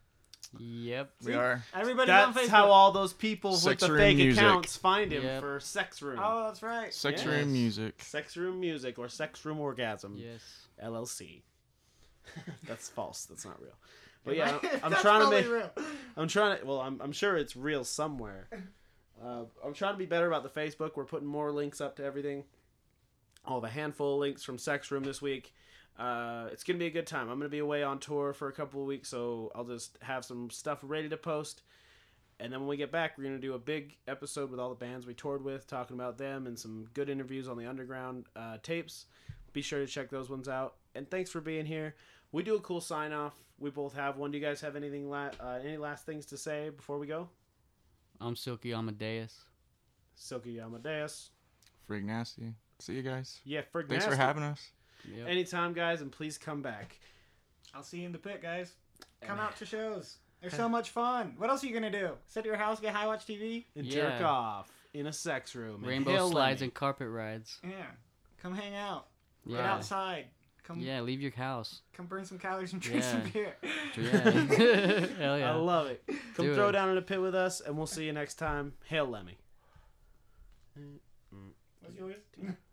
Yep.
We are.
Everybody's on
that's
Facebook.
how all those people
Sex
with the
Room
fake
Music.
accounts find him
Yep.
for sex room.
Oh, that's right.
Sex
Yeah.
room music.
Sex room music or sex room orgasm
Yes.
LLC. [LAUGHS] that's false. That's not real. But
[LAUGHS]
yeah, I'm trying to
That's probably
make.
real.
I'm trying to. Well, I'm, I'm sure it's real somewhere. Uh, I'm trying to be better about the Facebook. We're putting more links up to everything. I'll have a handful of links from Sex Room this week. Uh, it's gonna be a good time. I'm gonna be away on tour for a couple of weeks, so I'll just have some stuff ready to post. And then when we get back, we're gonna do a big episode with all the bands we toured with, talking about them and some good interviews on the underground uh, tapes. Be sure to check those ones out. And thanks for being here. We do a cool sign off. We both have one. Do you guys have anything la- uh, any last things to say before we go?
I'm Silky Amadeus.
Silky Amadeus.
Frig nasty. See you guys.
Yeah, frick
Thanks for
nasty.
having us.
Yep.
Anytime, guys, and please come back.
I'll see you in the pit, guys. Come out to shows. They're
[LAUGHS]
so much fun. What else are you gonna do? Sit at your house, get high, watch TV?
And
Yeah.
jerk off in a sex room. and
Rainbow
hail
slides
Lenny.
and carpet rides.
Yeah. Come hang out. Get
Yeah.
outside. Come
Yeah, leave your
[LAUGHS]
house.
come burn some calories and [LAUGHS] drink some
Yeah.
beer.
Yeah. [LAUGHS] Hell
I
yeah. [LAUGHS]
love it. Come
Do
throw
it.
down in a pit with us, and we'll see you next time. Hail Lemmy.
[LAUGHS] What's yours?